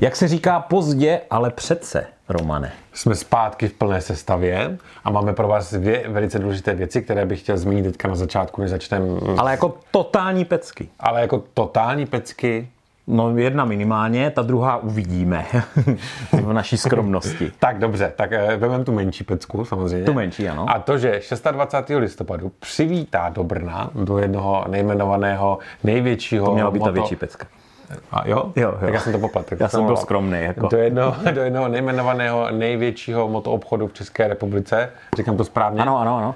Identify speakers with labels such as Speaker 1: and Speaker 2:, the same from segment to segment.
Speaker 1: Jak se říká pozdě, ale přece, Romane.
Speaker 2: Jsme zpátky v plné sestavě a máme pro vás dvě velice důležité věci, které bych chtěl zmínit teďka na začátku, než začneme.
Speaker 1: Ale jako totální pecky.
Speaker 2: Ale jako totální pecky,
Speaker 1: No jedna minimálně, ta druhá uvidíme v naší skromnosti.
Speaker 2: Tak dobře, tak eh, vezmeme tu menší pecku samozřejmě.
Speaker 1: Tu menší, ano.
Speaker 2: A to, že 26. listopadu přivítá do Brna, do jednoho nejmenovaného, největšího...
Speaker 1: Měla by ta
Speaker 2: moto-
Speaker 1: větší pecka.
Speaker 2: A jo?
Speaker 1: Jo, jo.
Speaker 2: Tak já jsem to poplet. tak
Speaker 1: Já
Speaker 2: to
Speaker 1: jsem byl
Speaker 2: omlouvám.
Speaker 1: skromný. Jako.
Speaker 2: Do jednoho, do jednoho nejmenovaného největšího motoobchodu v České republice, říkám to správně,
Speaker 1: Ano, ano, ano.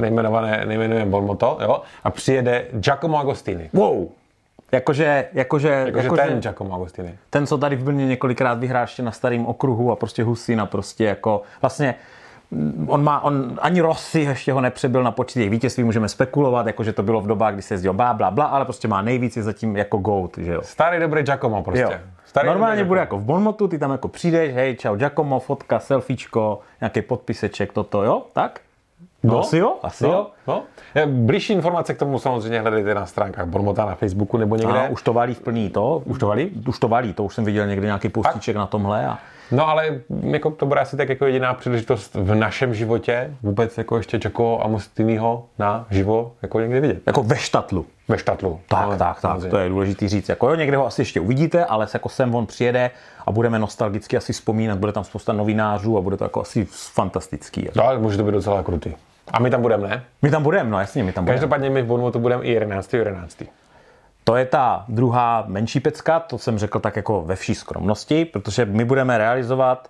Speaker 2: nejmenované, nejmenujeme Bonmoto, jo, a přijede Giacomo Agostini.
Speaker 1: Wow. Jakože, jakože,
Speaker 2: Jakože ten Giacomo Agostini.
Speaker 1: ten, co tady v Brně několikrát vyhrál ještě na starém okruhu a prostě Husina prostě jako vlastně mm, on má, on ani Rossi ještě ho nepřebyl na počet jejich vítězství, můžeme spekulovat, jakože to bylo v dobách, kdy se jezdil bla, bla, bla, ale prostě má nejvíc, je zatím jako GOAT, že jo.
Speaker 2: Starý dobrý Giacomo prostě.
Speaker 1: jo.
Speaker 2: Starý
Speaker 1: Normálně
Speaker 2: dobrý
Speaker 1: bude
Speaker 2: Giacomo.
Speaker 1: jako v Bonmotu, ty tam jako přijdeš, hej, čau Giacomo, fotka, selfiečko, nějaký podpiseček, toto, jo, tak? No, asi jo, asi
Speaker 2: no,
Speaker 1: jo.
Speaker 2: No. Eh, Blížší informace k tomu samozřejmě hledejte na stránkách Bonmota na Facebooku nebo někde.
Speaker 1: Ano, už to valí v plný to, už
Speaker 2: to valí?
Speaker 1: už to valí, to už jsem viděl někde nějaký postíček na tomhle a
Speaker 2: No ale jako, to bude asi tak jako jediná příležitost v našem životě vůbec jako ještě Čeko a Mustiniho na živo jako někde vidět.
Speaker 1: jako ve štatlu.
Speaker 2: Ve štatlu.
Speaker 1: Tak,
Speaker 2: No,
Speaker 1: tak, tak,
Speaker 2: samozřejmě.
Speaker 1: to je důležité říct. Jako jo, někde ho asi ještě uvidíte, ale se jako sem on přijede a budeme nostalgicky asi vzpomínat, bude tam spousta novinářů a bude to jako asi fantastický. Jako.
Speaker 2: No, ale může to být docela krutý. A my tam budeme, ne?
Speaker 1: My tam budeme, no jasně, my tam budeme.
Speaker 2: Každopádně my v Bonmotu budeme i 11. 11.
Speaker 1: To je ta druhá menší pecka, to jsem řekl tak jako ve vší skromnosti, protože my budeme realizovat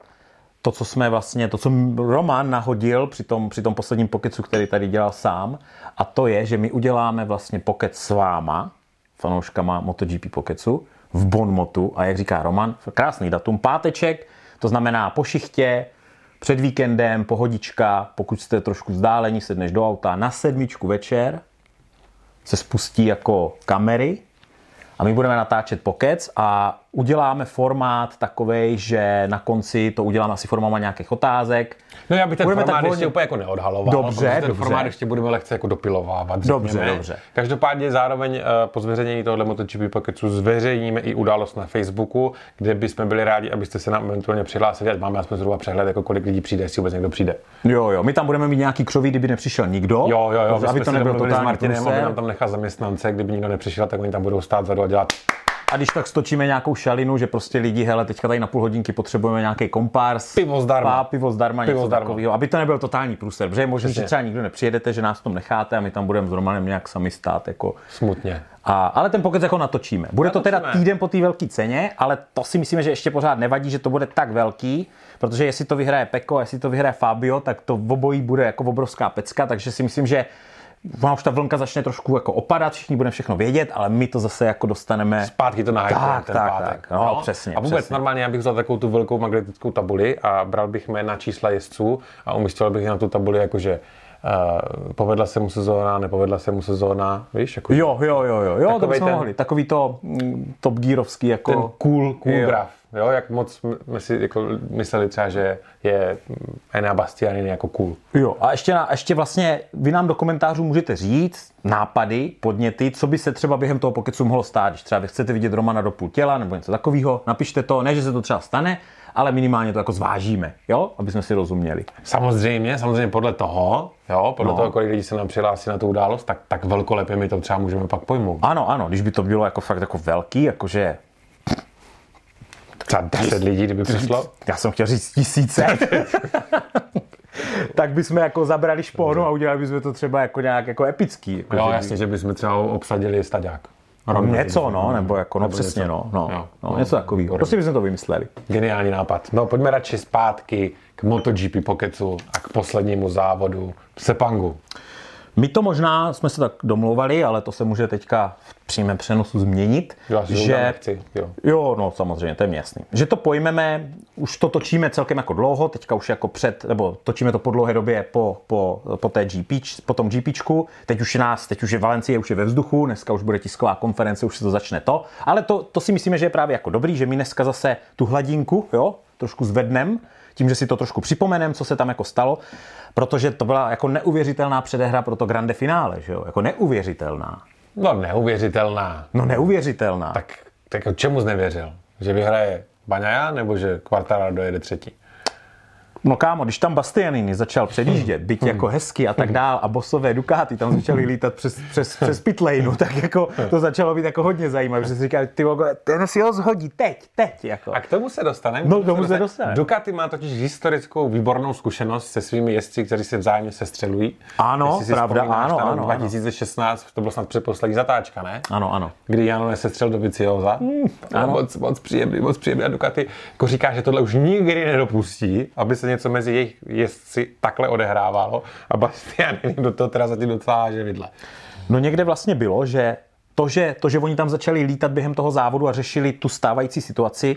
Speaker 1: to, co jsme vlastně, to, co Roman nahodil při tom, při tom posledním pokecu, který tady dělal sám, a to je, že my uděláme vlastně pokec s váma, fanouškama MotoGP pokecu, v Bonmotu a jak říká Roman, krásný datum, páteček, to znamená po šichtě, před víkendem, pohodička, pokud jste trošku vzdálení, sedneš do auta na sedmičku večer, se spustí jako kamery a my budeme natáčet pokec a uděláme formát takovej, že na konci to uděláme asi formama nějakých otázek.
Speaker 2: No já bych ten
Speaker 1: Budeme tak
Speaker 2: formát
Speaker 1: volně-
Speaker 2: ještě úplně jako neodhaloval.
Speaker 1: Dobře,
Speaker 2: protože ten
Speaker 1: dobře.
Speaker 2: formát ještě budeme lehce jako dopilovávat.
Speaker 1: Dobře,
Speaker 2: řekněme.
Speaker 1: dobře.
Speaker 2: Každopádně zároveň eh, po zveřejnění tohle MotoGP paketu zveřejníme i událost na Facebooku, kde bychom byli rádi, abyste se nám eventuálně přihlásili, ať máme aspoň zhruba přehled, jako kolik lidí přijde, jestli vůbec někdo přijde.
Speaker 1: Jo, jo, my tam budeme mít nějaký křoví, kdyby nepřišel nikdo.
Speaker 2: Jo, jo, jo, my
Speaker 1: aby
Speaker 2: jsme
Speaker 1: to
Speaker 2: se
Speaker 1: nebylo
Speaker 2: domluvili s
Speaker 1: totální
Speaker 2: Martinem, aby
Speaker 1: průser.
Speaker 2: nám tam nechal zaměstnance, kdyby nikdo nepřišel, tak oni tam budou stát vzadu a dělat
Speaker 1: A když tak stočíme nějakou šalinu, že prostě lidi, hele, teďka tady na půl hodinky potřebujeme nějaký kompárs.
Speaker 2: Pivo zdarma.
Speaker 1: Pá, pivo zdarma,
Speaker 2: Pivo
Speaker 1: pivo něco
Speaker 2: zdarma.
Speaker 1: takového. Aby to nebyl totální průser, protože je možné, že
Speaker 2: Přesně.
Speaker 1: třeba nikdo nepřijedete, že nás v tom necháte a my tam budeme s Romanem nějak sami stát. Jako
Speaker 2: smutně.
Speaker 1: A, ale ten pokec jako natočíme. Bude to teda
Speaker 2: Natočíme.
Speaker 1: týden po té velké ceně, ale to si myslíme, že ještě pořád nevadí, že to bude tak velký, protože jestli to vyhraje Peko, jestli to vyhraje Fabio, tak to v obojí bude jako obrovská pecka, takže si myslím, že vám už ta vlnka začne trošku jako opadat, všichni budeme všechno vědět, ale my to zase jako dostaneme.
Speaker 2: Zpátky to na
Speaker 1: Tak,
Speaker 2: ten
Speaker 1: tak,
Speaker 2: pátek.
Speaker 1: tak. No, přesně,
Speaker 2: A vůbec
Speaker 1: přesně.
Speaker 2: normálně já bych vzal takovou tu velkou magnetickou tabuli a bral bych jména čísla jezdců a umístil bych je na tu tabuli jakože uh, povedla se mu sezóna, nepovedla se mu sezóna, víš? Jako
Speaker 1: Jo, jo, jo, jo, jo to
Speaker 2: Takovej
Speaker 1: bychom
Speaker 2: ten-
Speaker 1: mohli. Takový to mm, top gearovský jako...
Speaker 2: ten cool, cool
Speaker 1: Jo.
Speaker 2: graf. Jo, jak moc jsme si jako mysleli třeba, že je Ena Bastianini jako cool.
Speaker 1: Jo, a ještě, na, ještě vlastně vy nám do komentářů můžete říct nápady, podněty, co by se třeba během toho pokecu mohlo stát, když třeba vy chcete vidět Romana do půl těla nebo něco takového, napište to, ne, že se to třeba stane, ale minimálně to jako zvážíme, jo, aby jsme si rozuměli.
Speaker 2: Samozřejmě, samozřejmě podle toho, jo, podle no. toho, kolik lidí se nám přihlásí na tu událost, tak, tak velkolepě my to třeba můžeme pak pojmout.
Speaker 1: Ano, ano, když by to bylo jako fakt jako velký, jakože
Speaker 2: Třeba 10 lidí, kdyby přišlo.
Speaker 1: já jsem chtěl říct tisíce, tak bychom jako zabrali špónu a udělali bychom to třeba jako nějak jako epický. Jako
Speaker 2: Jo,
Speaker 1: že-
Speaker 2: jasně, že bychom třeba obsadili staďák.
Speaker 1: Něco, no, nebo jako, no přesně,
Speaker 2: něco.
Speaker 1: no, no,
Speaker 2: Jo.
Speaker 1: no, něco takového. Prostě bychom to vymysleli.
Speaker 2: Geniální nápad. No, pojďme radši zpátky k MotoGP Pocketu a k poslednímu závodu v Sepangu.
Speaker 1: My to možná jsme se tak domlouvali, ale to se může teďka v přímém přenosu změnit,
Speaker 2: Já si že...
Speaker 1: že...
Speaker 2: nechci, jo.
Speaker 1: Jo, no samozřejmě, to je mi jasný. Že to pojmeme, už to točíme celkem jako dlouho, teďka už jako před, nebo točíme to po dlouhé době po, po, po té GP, po tom GPčku, teď už je nás, teď už je Valencie, už je ve vzduchu, dneska už bude tisková konference, už se to začne to, ale to, to si myslíme, že je právě jako dobrý, že my dneska zase tu hladinku, jo, trošku zvednem, tím, že si to trošku připomenem, co se tam jako stalo, protože to byla jako neuvěřitelná předehra pro to grande finále, že jo, jako neuvěřitelná.
Speaker 2: No, neuvěřitelná.
Speaker 1: No neuvěřitelná.
Speaker 2: Tak, tak čemu jsi nevěřil? Že vyhraje Baňaja, nebo že Quartararo dojede třetí?
Speaker 1: No kámo, když tam Bastianini začal předjíždět, byť jako hezky a tak dál, a bosové Ducati tam začaly lítat přes, přes, přes pitlane, tak jako to začalo být jako hodně zajímavé, že si říkal, ty vogo, ten si ho zhodí teď, teď, jako.
Speaker 2: A k tomu se dostaneme.
Speaker 1: No, k tomu se dostaneme.
Speaker 2: Ducati má totiž historickou výbornou zkušenost se svými jezdci, kteří se vzájemně sestřelují.
Speaker 1: Ano,
Speaker 2: Jestli si
Speaker 1: pravda,
Speaker 2: vzpomínáš
Speaker 1: ano,
Speaker 2: na rok
Speaker 1: ano, ano.
Speaker 2: 2016, to bylo snad předposlední zatáčka, ne?
Speaker 1: Ano, ano.
Speaker 2: kdy Jano nesestřel do Vicioza. Mm,
Speaker 1: ano.
Speaker 2: moc, moc příjemný, moc příjemný. A Ducati jako říká, že tohle už nikdy nedopustí, aby se něco mezi jejich jezdci takhle odehrávalo. A Bastian do toho teda zatím docela vidle.
Speaker 1: No někde vlastně bylo, že to, že to, že oni tam začali lítat během toho závodu a řešili tu stávající situaci,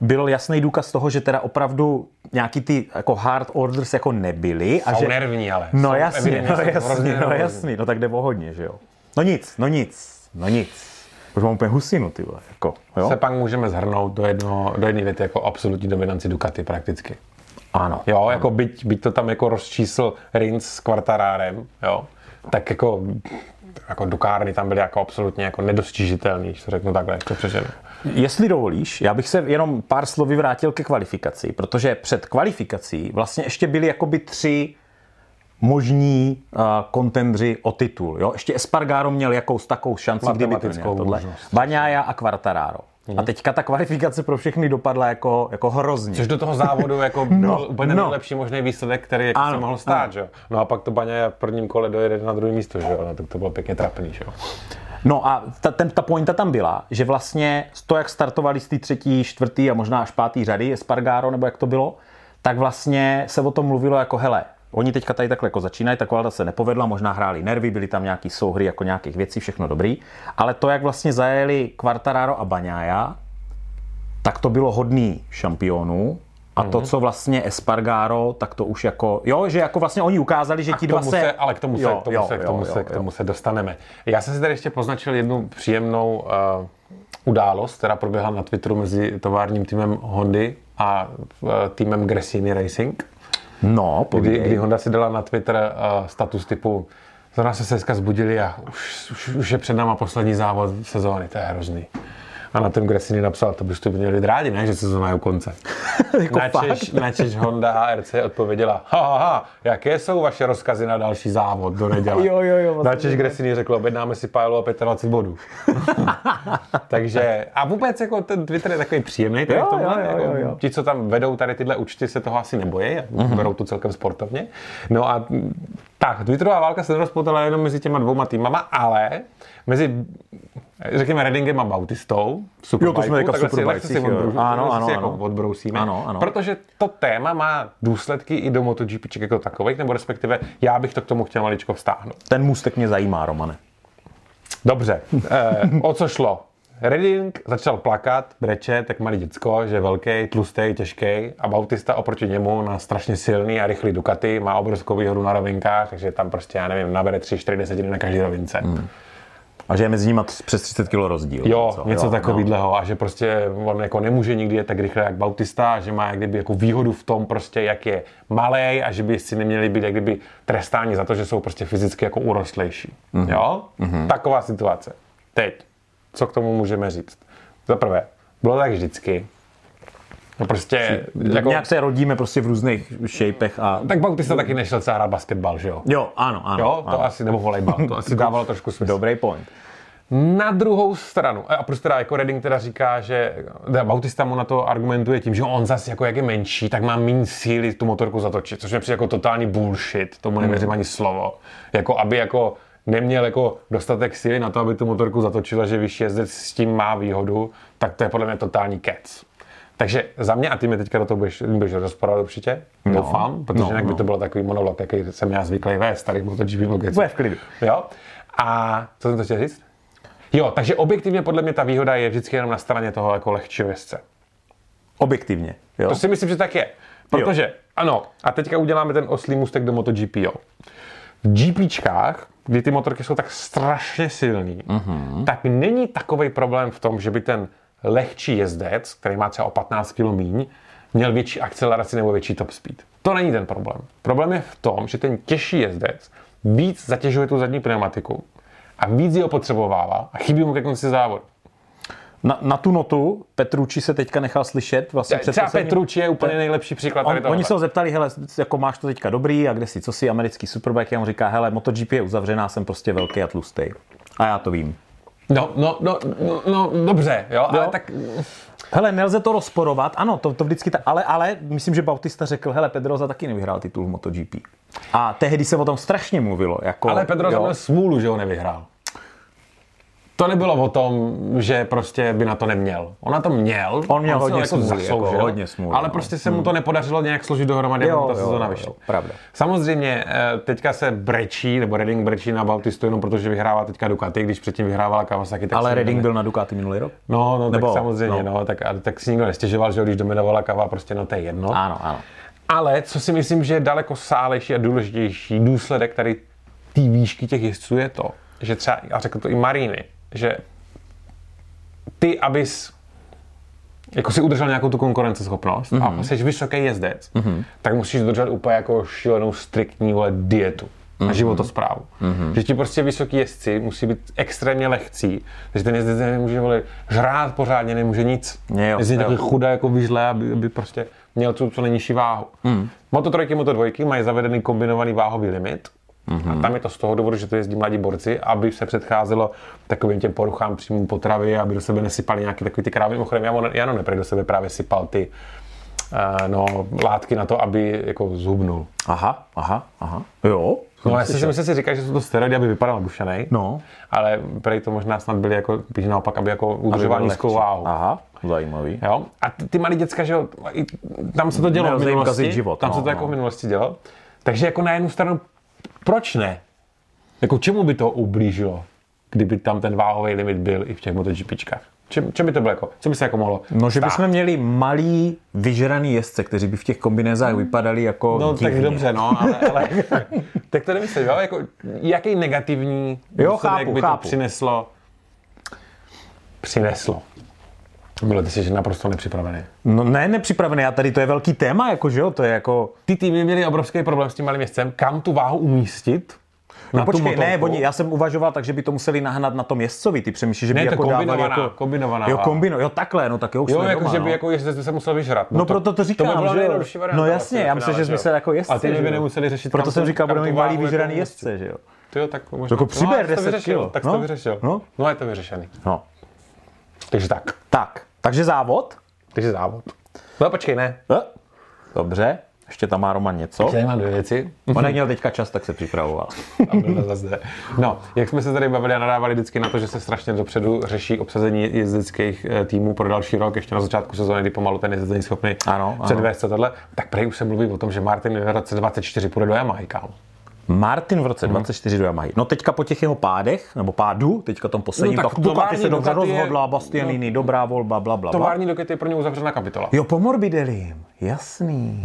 Speaker 1: byl jasný důkaz toho, že teda opravdu nějaký ty jako hard orders jako nebyly. A
Speaker 2: Jsou
Speaker 1: že,
Speaker 2: nervní, ale.
Speaker 1: No
Speaker 2: Jsou
Speaker 1: jasně,
Speaker 2: evidentně
Speaker 1: no
Speaker 2: jsou hrozně
Speaker 1: jasně, no
Speaker 2: nervózní.
Speaker 1: jasně, no tak jde o hodně, že jo. No nic, no nic, no nic. Už mám úplně husinu, ty vole, jako, jo?
Speaker 2: Se pak můžeme zhrnout do, jedno, do jedné věty jako absolutní dominanci Ducati prakticky.
Speaker 1: Ano.
Speaker 2: Jo, jako byť, byť to tam jako rozčísl Rins s Quartarárem, jo, tak jako jako Dukárny tam byly jako absolutně jako nedostižitelný, když to řeknu takhle, to přeženu.
Speaker 1: Jestli dovolíš, já bych se jenom pár slovy vrátil ke kvalifikaci, protože před kvalifikací vlastně ještě byly jakoby tři možní uh, kontendři o titul. Jo? Ještě Espargaro měl jakous takovou šanci, kdyby to měl
Speaker 2: Matematickou
Speaker 1: tohle.
Speaker 2: možnost. Mhm.
Speaker 1: Baňája a Quartararo. A teďka ta kvalifikace pro všechny dopadla jako, jako hrozně.
Speaker 2: Což do toho závodu jako no, byl úplně
Speaker 1: no.
Speaker 2: no. nejlepší možný výsledek, který jako
Speaker 1: Ano,
Speaker 2: se mohl stát,
Speaker 1: ano.
Speaker 2: že jo. No a pak to Baňa v prvním kole dojede na druhé místo, že jo. No, tak to bylo pěkně trapný, že jo.
Speaker 1: No a ta, ten, ta pointa tam byla, že vlastně to, jak startovali z té třetí, čtvrtý a možná až pátý řady, Espargaro nebo jak to bylo, tak vlastně se o tom mluvilo jako hele, oni teďka tady takhle jako začínají, ta kvalita se nepovedla, možná hráli nervy, byly tam nějaký souhry jako nějakých věcí, všechno dobrý, ale to, jak vlastně zajeli Quartararo a Baňája, tak to bylo hodný šampionů, a
Speaker 2: Mhm.
Speaker 1: to, co vlastně Espargaro, tak to už jako, jo, že jako vlastně oni ukázali, že ti
Speaker 2: K
Speaker 1: dva
Speaker 2: tomu
Speaker 1: se...
Speaker 2: se, ale k tomu se, k tomu se, k tomu se, k tomu se dostaneme. Já jsem si tady ještě poznačil jednu příjemnou uh, událost, která proběhla na Twitteru mezi továrním týmem Hondy a uh, týmem Gressini Racing.
Speaker 1: No,
Speaker 2: kdy,
Speaker 1: povídej.
Speaker 2: kdy Honda si dala na Twitter uh, status typu zrovna se se dneska zbudili a už, už, už je před náma poslední závod sezóny, to je hrozný. A na tom Gresini napsal, to byste měli být rádi, ne, že sezóna je u konce.
Speaker 1: Jako
Speaker 2: Načež, načež Honda HRC odpověděla, ha, ha, ha, jaké jsou vaše rozkazy na další závod do neděle?
Speaker 1: Jo, jo, jo, vlastně
Speaker 2: Načež Gresini řekl, objednáme si Pájlu a 25 bodů. Takže, a vůbec jako ten Twitter je takový příjemný, tady
Speaker 1: Jo,
Speaker 2: v tomhle,
Speaker 1: jo, jo,
Speaker 2: jako,
Speaker 1: jo, jo. Mhm.
Speaker 2: ti, co tam vedou tady tyhle účty, se toho asi nebojí, a berou to celkem sportovně. No a mm, tak, Twitterová válka se nerozpoutala jenom mezi těma dvouma týmama, ale mezi, řekněme, Reddingem a Bautistou, v Superbikeu,
Speaker 1: jsme teďka v
Speaker 2: takhle si- takhle
Speaker 1: Superbikecích,
Speaker 2: si
Speaker 1: jo.
Speaker 2: odbroužu-
Speaker 1: Ano,
Speaker 2: takhle
Speaker 1: ano,
Speaker 2: si jako
Speaker 1: ano.
Speaker 2: odbrousíme,
Speaker 1: Ano, ano.
Speaker 2: protože to téma má důsledky i do MotoGP jako takových, nebo respektive já bych to k tomu chtěl maličko vztáhnout.
Speaker 1: Ten můstek mě zajímá, Romane.
Speaker 2: Dobře, eh, o co šlo? Redding začal plakat, brečet, jak malý děcko, že je velký, tlustý, těžký a Bautista oproti němu na strašně silný a rychlý Ducati má obrovskou výhodu na rovinkách, takže tam prostě, já nevím, nabere 3-4 desetiny na každé rovince. Hmm.
Speaker 1: A že je mezi nimi přes 30 kg rozdíl.
Speaker 2: Jo,
Speaker 1: Co?
Speaker 2: něco
Speaker 1: Jo, no.
Speaker 2: takového a že prostě on jako nemůže nikdy jet tak rychle jak Bautista, a že má jak kdyby jako výhodu v tom prostě, jak je malý a že by si neměli být jak kdyby trestáni za to, že jsou prostě fyzicky jako urostlejší. Mm-hmm. Jo? Mm-hmm. Taková situace. Teď, co k tomu můžeme říct? Za prvé, bylo to tak vždycky. No prostě,
Speaker 1: Jako...
Speaker 2: jako,
Speaker 1: Nějak se rodíme prostě v různých šejpech a...
Speaker 2: tak Bautista taky nešel se hrát basketbal, že jo?
Speaker 1: Jo, ano, ano.
Speaker 2: Jo, to
Speaker 1: ano.
Speaker 2: asi, nebo volejbal, to asi dávalo trošku smysl.
Speaker 1: Dobrý point.
Speaker 2: Na druhou stranu, a prostě teda jako Redding teda říká, že teda Bautista mu na to argumentuje tím, že on zase jako jak je menší, tak má méně síly tu motorku zatočit, což mi přijde jako totální bullshit, tomu nevěřím ani slovo. Jako aby jako neměl jako dostatek síly na to, aby tu motorku zatočila, že vyšší jezdec s tím má výhodu, tak to je podle mě totální kec. Takže za mě, a ty mi teďka do toho budeš, budeš rozporovat určitě, no, doufám, protože
Speaker 1: no,
Speaker 2: no, jinak by
Speaker 1: no.
Speaker 2: to bylo takový monolog, jaký jsem já zvyklý vést tady v MotoGP Vlogec.
Speaker 1: Bude v klidu.
Speaker 2: Jo? A co jsem to chtěl říct? Jo, takže objektivně podle mě ta výhoda je vždycky jenom na straně toho jako lehčího jezdce.
Speaker 1: Objektivně. Jo?
Speaker 2: To si myslím, že tak je. Protože, jo. ano, a teďka uděláme ten oslý mustek do MotoGP, jo. V GPčkách, kdy ty motorky jsou tak strašně silný, mm-hmm. tak není takový problém v tom, že by ten lehčí jezdec, který má třeba o 15 kg míň, měl větší akceleraci nebo větší top speed. To není ten problém. Problém je v tom, že ten těžší jezdec víc zatěžuje tu zadní pneumatiku a víc ji opotřebovává a chybí mu ke konci závodu.
Speaker 1: Na, na tu notu Petruči se teďka nechal slyšet. Vlastně před
Speaker 2: Třeba
Speaker 1: posledním-
Speaker 2: Petrucci je úplně nejlepší příklad tady
Speaker 1: On,
Speaker 2: tohle.
Speaker 1: oni se ho zeptali, hele, jako máš to teďka dobrý a kde si, co si, americký superbike, já mu říká, hele, MotoGP je uzavřená, jsem prostě velký a tlustý. A já to vím.
Speaker 2: No, no, no, no, no, dobře, jo, ale
Speaker 1: Jo.
Speaker 2: tak
Speaker 1: Hele, nelze to rozporovat, ano, to, to vždycky, ta, ale, ale myslím, že Bautista řekl, hele, Pedroza taky nevyhrál titul v MotoGP. A tehdy se o tom strašně mluvilo. Jako,
Speaker 2: Ale Pedro
Speaker 1: jo.
Speaker 2: měl smůlu, že ho nevyhrál. To nebylo o tom, že prostě by na to neměl. On na to měl.
Speaker 1: On měl
Speaker 2: se
Speaker 1: hodně smůly, jako
Speaker 2: zasloužil,
Speaker 1: hodně smůly,
Speaker 2: Ale
Speaker 1: no.
Speaker 2: prostě se mu to nepodařilo nějak složit dohromady,
Speaker 1: Jo,
Speaker 2: jo, ta
Speaker 1: jo,
Speaker 2: sezóna
Speaker 1: jo,
Speaker 2: vyšla.
Speaker 1: jo, pravda.
Speaker 2: Samozřejmě eh, teďka se brečí, nebo Redding brečí na Bautistu jenom protože vyhrává teďka Ducati, když předtím vyhrávala Kawasaki. Tak
Speaker 1: ale
Speaker 2: se
Speaker 1: Redding byl na Ducati minulý rok?
Speaker 2: No, no
Speaker 1: Nebo-
Speaker 2: tak samozřejmě, no. no tak, a, tak si nikdo nestěžoval, že jo, když dominovala kava, prostě no to je jedno.
Speaker 1: Ano, ano.
Speaker 2: Ale co si myslím, že je daleko sálejší a důležitější důsledek tady té výšky těch jezdců je to, že třeba, a řekl to i Maríny, že ty, abys jako si udržel nějakou tu konkurenceschopnost mm-hmm. a jsi vysoký jezdec, mm-hmm. tak musíš dodržet úplně jako šílenou striktní vole, dietu mm-hmm. a životosprávu. Mm-hmm. Že ti prostě vysoký jezdci musí být extrémně lehcí, takže ten jezdec nemůže vole, žrát pořádně, nemůže nic.
Speaker 1: Jo,
Speaker 2: Jezdí
Speaker 1: jo.
Speaker 2: takový chudá jako vyžle, aby, aby prostě měl tu co nejnižší váhu.
Speaker 1: Hmm.
Speaker 2: Mm. Moto trojky, moto dvojky mají zavedený kombinovaný váhový limit.
Speaker 1: Mhm.
Speaker 2: Mm-hmm. A tam je to z toho důvodu, že to jezdí mladí borci, aby se předcházelo takovým těm poruchám příjmu potravy, aby do sebe nesypali nějaký takový ty krávy. Mimochodem, Jano, Jano Neprej do sebe právě sypal ty eh, no, látky na to, aby jako zhubnul.
Speaker 1: Aha, aha, aha. Jo.
Speaker 2: No, já si myslím, že si říká, že jsou to steroidy, aby vypadal bušenej,
Speaker 1: No.
Speaker 2: ale prej to možná snad byly jako, spíš naopak, aby jako
Speaker 1: Aby
Speaker 2: udržoval
Speaker 1: byl
Speaker 2: nízkou
Speaker 1: lehčí.
Speaker 2: váhu.
Speaker 1: Aha, zajímavý.
Speaker 2: Jo? A ty, ty malí děcka, že jo, i- tam se to dělo
Speaker 1: Nelze
Speaker 2: v
Speaker 1: jim
Speaker 2: minulosti.
Speaker 1: kazit život,
Speaker 2: tam
Speaker 1: no,
Speaker 2: se to jako
Speaker 1: no.
Speaker 2: v minulosti dělo. Takže jako na jednu stranu, proč ne? Jako čemu by to ublížilo, kdyby tam ten váhový limit byl i v těch MotoGPčkách? Čem, čem by to bylo jako? Co by se jako mohlo
Speaker 1: No, že
Speaker 2: stát?
Speaker 1: bychom měli malý, vyžraný jezdce, kteří by v těch kombinézách vypadali jako
Speaker 2: No
Speaker 1: divně.
Speaker 2: tak dobře, no, ale, ale tak to nemyslím, jo? Jako, jaký negativní
Speaker 1: Jo,
Speaker 2: důsledek
Speaker 1: chápu,
Speaker 2: by
Speaker 1: chápu.
Speaker 2: to přineslo? Přineslo. Bylo ty jsi naprosto nepřipravený.
Speaker 1: No ne, nepřipravený, a tady to je velký téma, jako že jo, to je jako...
Speaker 2: ty týmy měly obrovský problém s tím malým městcem, kam tu váhu umístit.
Speaker 1: No
Speaker 2: na tu
Speaker 1: počkej, ne,
Speaker 2: motorku.
Speaker 1: oni, já jsem uvažoval tak, že by to museli nahnat na tom jezdcovi, ty přemýšlíš, že by
Speaker 2: Ne, to
Speaker 1: jako dávali
Speaker 2: kombinovaná,
Speaker 1: jako...
Speaker 2: kombinovaná
Speaker 1: Jo,
Speaker 2: váha.
Speaker 1: kombino, jo, takhle, no tak jo, už
Speaker 2: Jo,
Speaker 1: jsme
Speaker 2: jako,
Speaker 1: doma,
Speaker 2: že
Speaker 1: no.
Speaker 2: by jako jezdec by se musel vyžrat.
Speaker 1: No proto to říkám,
Speaker 2: to by byla
Speaker 1: že jo.
Speaker 2: nejjednodušší varianta
Speaker 1: No jasně,
Speaker 2: vlastně ve
Speaker 1: já myslím,
Speaker 2: finále,
Speaker 1: že jsme se jako jezdci,
Speaker 2: A ty
Speaker 1: že
Speaker 2: by
Speaker 1: jo.
Speaker 2: nemuseli řešit.
Speaker 1: Proto
Speaker 2: kam
Speaker 1: jsem
Speaker 2: tu-
Speaker 1: říkal,
Speaker 2: kam
Speaker 1: budeme
Speaker 2: tu
Speaker 1: mít malý
Speaker 2: váhu jako
Speaker 1: vyžraný
Speaker 2: umístit.
Speaker 1: jezdce, že jo.
Speaker 2: Ty jo, tak možná.
Speaker 1: Jako přiber
Speaker 2: no, a jsi to
Speaker 1: 10
Speaker 2: vyřešil,
Speaker 1: kilo.
Speaker 2: Tak jsi
Speaker 1: No.
Speaker 2: to vyřešil.
Speaker 1: No.
Speaker 2: no, je to vyřešený.
Speaker 1: No,
Speaker 2: Takže tak.
Speaker 1: tak, takže závod?
Speaker 2: Takže závod. No počkej, ne.
Speaker 1: Eh, Dobře, ještě tam má Roman něco.
Speaker 2: Já mám dvě věci.
Speaker 1: On jak měl teďka čas, tak se připravoval.
Speaker 2: A byla zase. No, jak jsme se tady bavili a nadávali vždycky na to, že se strašně dopředu řeší obsazení jezdeckých eh, týmů pro další rok, ještě na začátku sezóny, kdy pomalu ten jezdec není schopný
Speaker 1: Ano, ano.
Speaker 2: předvést se tohle, tak prej už se mluví o tom, že Martin v roce 24 půjde do Yamahy, kámo.
Speaker 1: Martin v
Speaker 2: Mhm.
Speaker 1: roce 24 do Yamahy. No teďka po těch jeho pádech, nebo pádu, teďka tom posledním,
Speaker 2: No
Speaker 1: no,
Speaker 2: tak
Speaker 1: tak, tak Ducati
Speaker 2: tovární
Speaker 1: se dobře
Speaker 2: Ducati je-
Speaker 1: rozhodla, Bastianini,
Speaker 2: no.
Speaker 1: dobrá volba, bla, bla, bla.
Speaker 2: Tovární doket je pro ně uzavřená kapitola.
Speaker 1: Jo, po Morbidelim, jasný,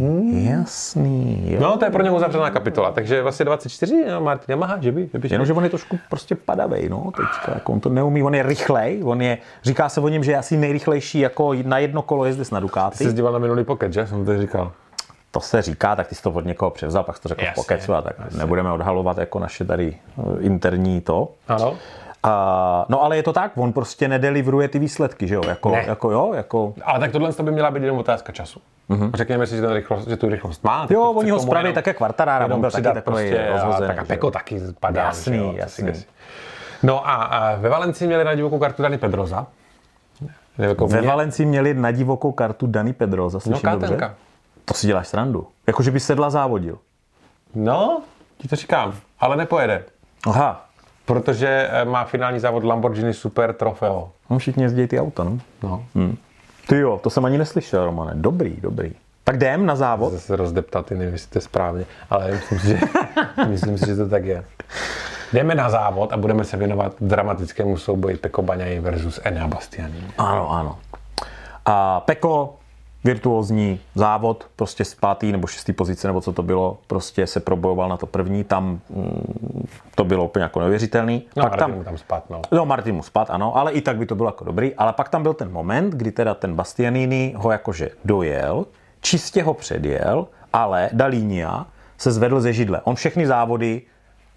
Speaker 1: jasný, jo.
Speaker 2: No, to je pro ně uzavřená kapitola, takže vlastně 24, no, Martin Yamaha, že by, že by
Speaker 1: Jenomže on je trošku prostě padavej, no, teďka, jako on to neumí, on je rychlej, on je, říká se o něm, že je asi nejrychlejší jako na jedno kolo jezdec na Ducati.
Speaker 2: jsi díval na minulý pocket, že? Jsem to říkal.
Speaker 1: To se říká, tak ty jsi to od někoho převzal, pak jsi to řekl
Speaker 2: Jasně,
Speaker 1: v pokecu a tak nebudeme odhalovat jako naše tady eh, interní to.
Speaker 2: Ano.
Speaker 1: A, no ale je to tak, on prostě nedeliveruje ty výsledky, že jo, jako,
Speaker 2: Ne.
Speaker 1: jako jo, jako...
Speaker 2: Ale tak tohle by měla být jenom otázka času. Mm-hmm. Řekněme si, že, ten rychlost, že tu rychlost má. tak
Speaker 1: Mhm. Jo,
Speaker 2: to chce
Speaker 1: oni ho
Speaker 2: tomu
Speaker 1: spraví
Speaker 2: jenom-
Speaker 1: tak jak Quartarara, on
Speaker 2: jenom
Speaker 1: byl taky
Speaker 2: přidat
Speaker 1: takový
Speaker 2: prostě,
Speaker 1: rozhozený.
Speaker 2: a tak
Speaker 1: že
Speaker 2: a
Speaker 1: jo.
Speaker 2: Peko taky padá.
Speaker 1: Jasný,
Speaker 2: že jo, co si
Speaker 1: jasný.
Speaker 2: kdesi. No a, a ve Valencii měli na divokou kartu Dani Pedroza. Ne, Jako
Speaker 1: Ve
Speaker 2: mě-
Speaker 1: Valencii měli na divokou kartu Dani Pedro,
Speaker 2: No,
Speaker 1: zaslyším dobře?
Speaker 2: kátenka.
Speaker 1: To si děláš srandu. Jako, že by sedla závodil.
Speaker 2: No, ti to říkám, ale nepojede.
Speaker 1: Aha,
Speaker 2: Protože eh, má finální závod Lamborghini Super Trofeo.
Speaker 1: no, všichni jezdí ty auta, no.
Speaker 2: No,
Speaker 1: Ty jo, to jsem ani neslyšel, Romane. Dobrý, dobrý. Tak jdem na závod.
Speaker 2: zase rozdeptat, ty nevím, jestli to je správně, ale myslím si, že, myslím si, že to tak je. Jdeme na závod a budeme se věnovat dramatickému souboji Peko Baňaj versus Enea Bastianini.
Speaker 1: Ano, ano. A Peko, virtuózní závod, prostě z pátý nebo šestý pozice, nebo co to bylo, prostě se probojoval na to první, tam mm, to bylo úplně jako neuvěřitelný.
Speaker 2: No,
Speaker 1: pak tam,
Speaker 2: tam, tam spát, no.
Speaker 1: no Martin mu spad, ano, ale i tak by to bylo jako dobrý, ale pak tam byl ten moment, kdy teda ten Bastianini ho jakože dojel, čistě ho předjel, ale Dalinia se zvedl ze židle. On všechny závody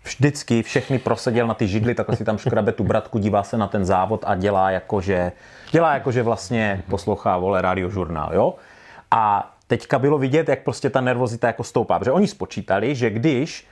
Speaker 1: vždycky všechny proseděl na ty židli, takhle si tam škrabe tu bratku, dívá se na ten závod a dělá jako, že, dělá jako, že vlastně poslouchá, vole, radiožurnál, jo? A teďka bylo vidět, jak prostě ta nervozita jako stoupá, protože oni spočítali, že když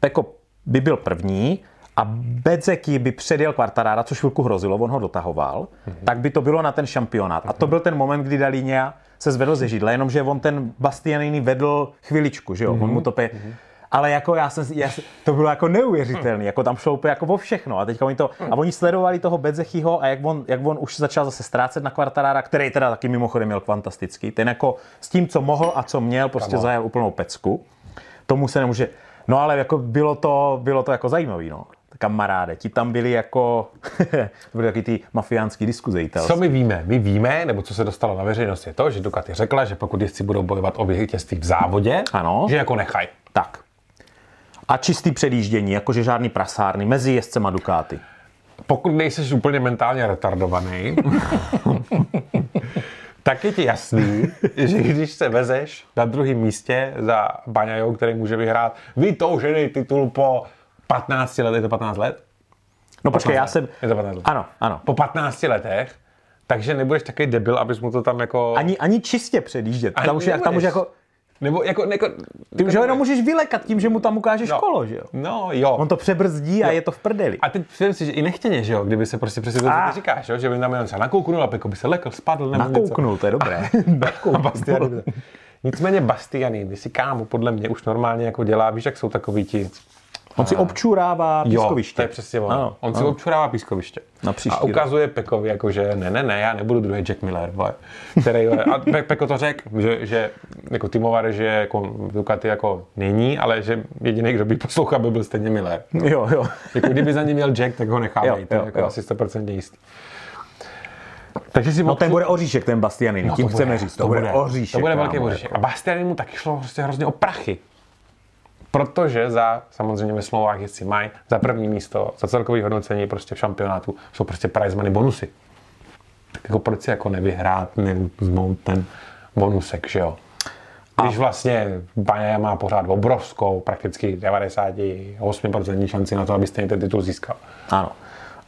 Speaker 1: Peko by byl první a Bedzeki by předjel Quartarara, což chvilku hrozilo, on ho dotahoval, mm-hmm. tak by to bylo na ten šampionát. A to byl ten moment, kdy Dalinia se zvedl ze židle, jenomže on ten Bastianini vedl chviličku, že jo, mm-hmm. on mu to pe... mm-hmm. Ale jako já jsem, já, jsem- to bylo jako neuvěřitelné, jako tam šlo úplně jako o všechno. A teďka oni to, a oni sledovali toho Bedzechiho a jak on, jak on už začal zase ztrácet na Quartarara, který teda taky mimochodem měl fantastický. Ten jako s tím, co mohl a co měl, prostě zajel úplnou pecku tomu se nemůže. No ale jako bylo to, bylo to jako zajímavý, no. Kamaráde, ti tam byli jako, to byly taky ty mafiánský diskuze italské.
Speaker 2: Co my víme? My víme, nebo co se dostalo na veřejnost, je to, že Ducati řekla, že pokud jezdci budou bojovat o vítězství v závodě,
Speaker 1: Ano.
Speaker 2: že jako nechají.
Speaker 1: Tak. A čistý předjíždění, jakože žádný prasárny, mezi jezdcema Dukáty.
Speaker 2: Pokud nejseš úplně mentálně retardovaný, tak je ti jasný, že když se vezeš na druhém místě za Baňajou, který může vyhrát vytoužený titul po 15 let, je to 15 let?
Speaker 1: No počkej, já
Speaker 2: 15
Speaker 1: jsem...
Speaker 2: Je to 15 let.
Speaker 1: Ano, ano.
Speaker 2: Po 15 letech, takže nebudeš takový debil, abys mu to tam jako...
Speaker 1: Ani, ani čistě předjíždět.
Speaker 2: Ani
Speaker 1: Tam už, je- tam už
Speaker 2: nebudeš.
Speaker 1: jako,
Speaker 2: Nebo jako... jako
Speaker 1: ty už ho jenom můžeš vylekat tím, že mu tam ukážeš no. kolo, že jo?
Speaker 2: No jo.
Speaker 1: On to přebrzdí a je to v prdeli.
Speaker 2: A teď myslím si, že i nechtěně, že jo, kdyby se prostě přesně to, co
Speaker 1: A.
Speaker 2: ty říkáš, jo, že by tam jenom třeba nakouknul a Peko by se lekl, spadl nebo
Speaker 1: Nakouknul, to je dobré.
Speaker 2: něco. A Bastiani. by- Nicméně Bastiani, si kámo, podle mě už normálně jako dělá, víš, jak jsou takový ti...
Speaker 1: On si občurává pískoviště.
Speaker 2: to je přesně on.
Speaker 1: Ano,
Speaker 2: on si občurává pískoviště.
Speaker 1: Na příští
Speaker 2: a ukazuje Pekovi, jako, že ne, ne, ne, já nebudu druhý Jack Miller, vole, který, a Pe- Peko to řekl, že, že jako Timovar, že jako Ducati jako není, ale že jediný, kdo by poslouchal, by byl stejně Miller.
Speaker 1: Jo, jo.
Speaker 2: Jako kdyby za ním měl Jack, tak ho
Speaker 1: Jo,
Speaker 2: nechávají, to je
Speaker 1: jo,
Speaker 2: jako
Speaker 1: jo.
Speaker 2: asi 100% jistý. Takže si
Speaker 1: No ten bude oříšek, ten Bastianini, no, tím chceme říct. To, bude, oříšek.
Speaker 2: To bude
Speaker 1: kámo.
Speaker 2: velký oříšek. A Bastiany mu taky šlo prostě hrozně o prachy. Protože za, samozřejmě ve slovách jezdci mají, za první místo, za celkový hodnocení prostě v šampionátu jsou prostě prize money bonusy. Tak jako proč si jako nevyhrát, neuzmout ten bonusek, že jo? Když vlastně Baňa má pořád obrovskou, prakticky 98% šanci na to, abyste ten titul získal.
Speaker 1: Ano.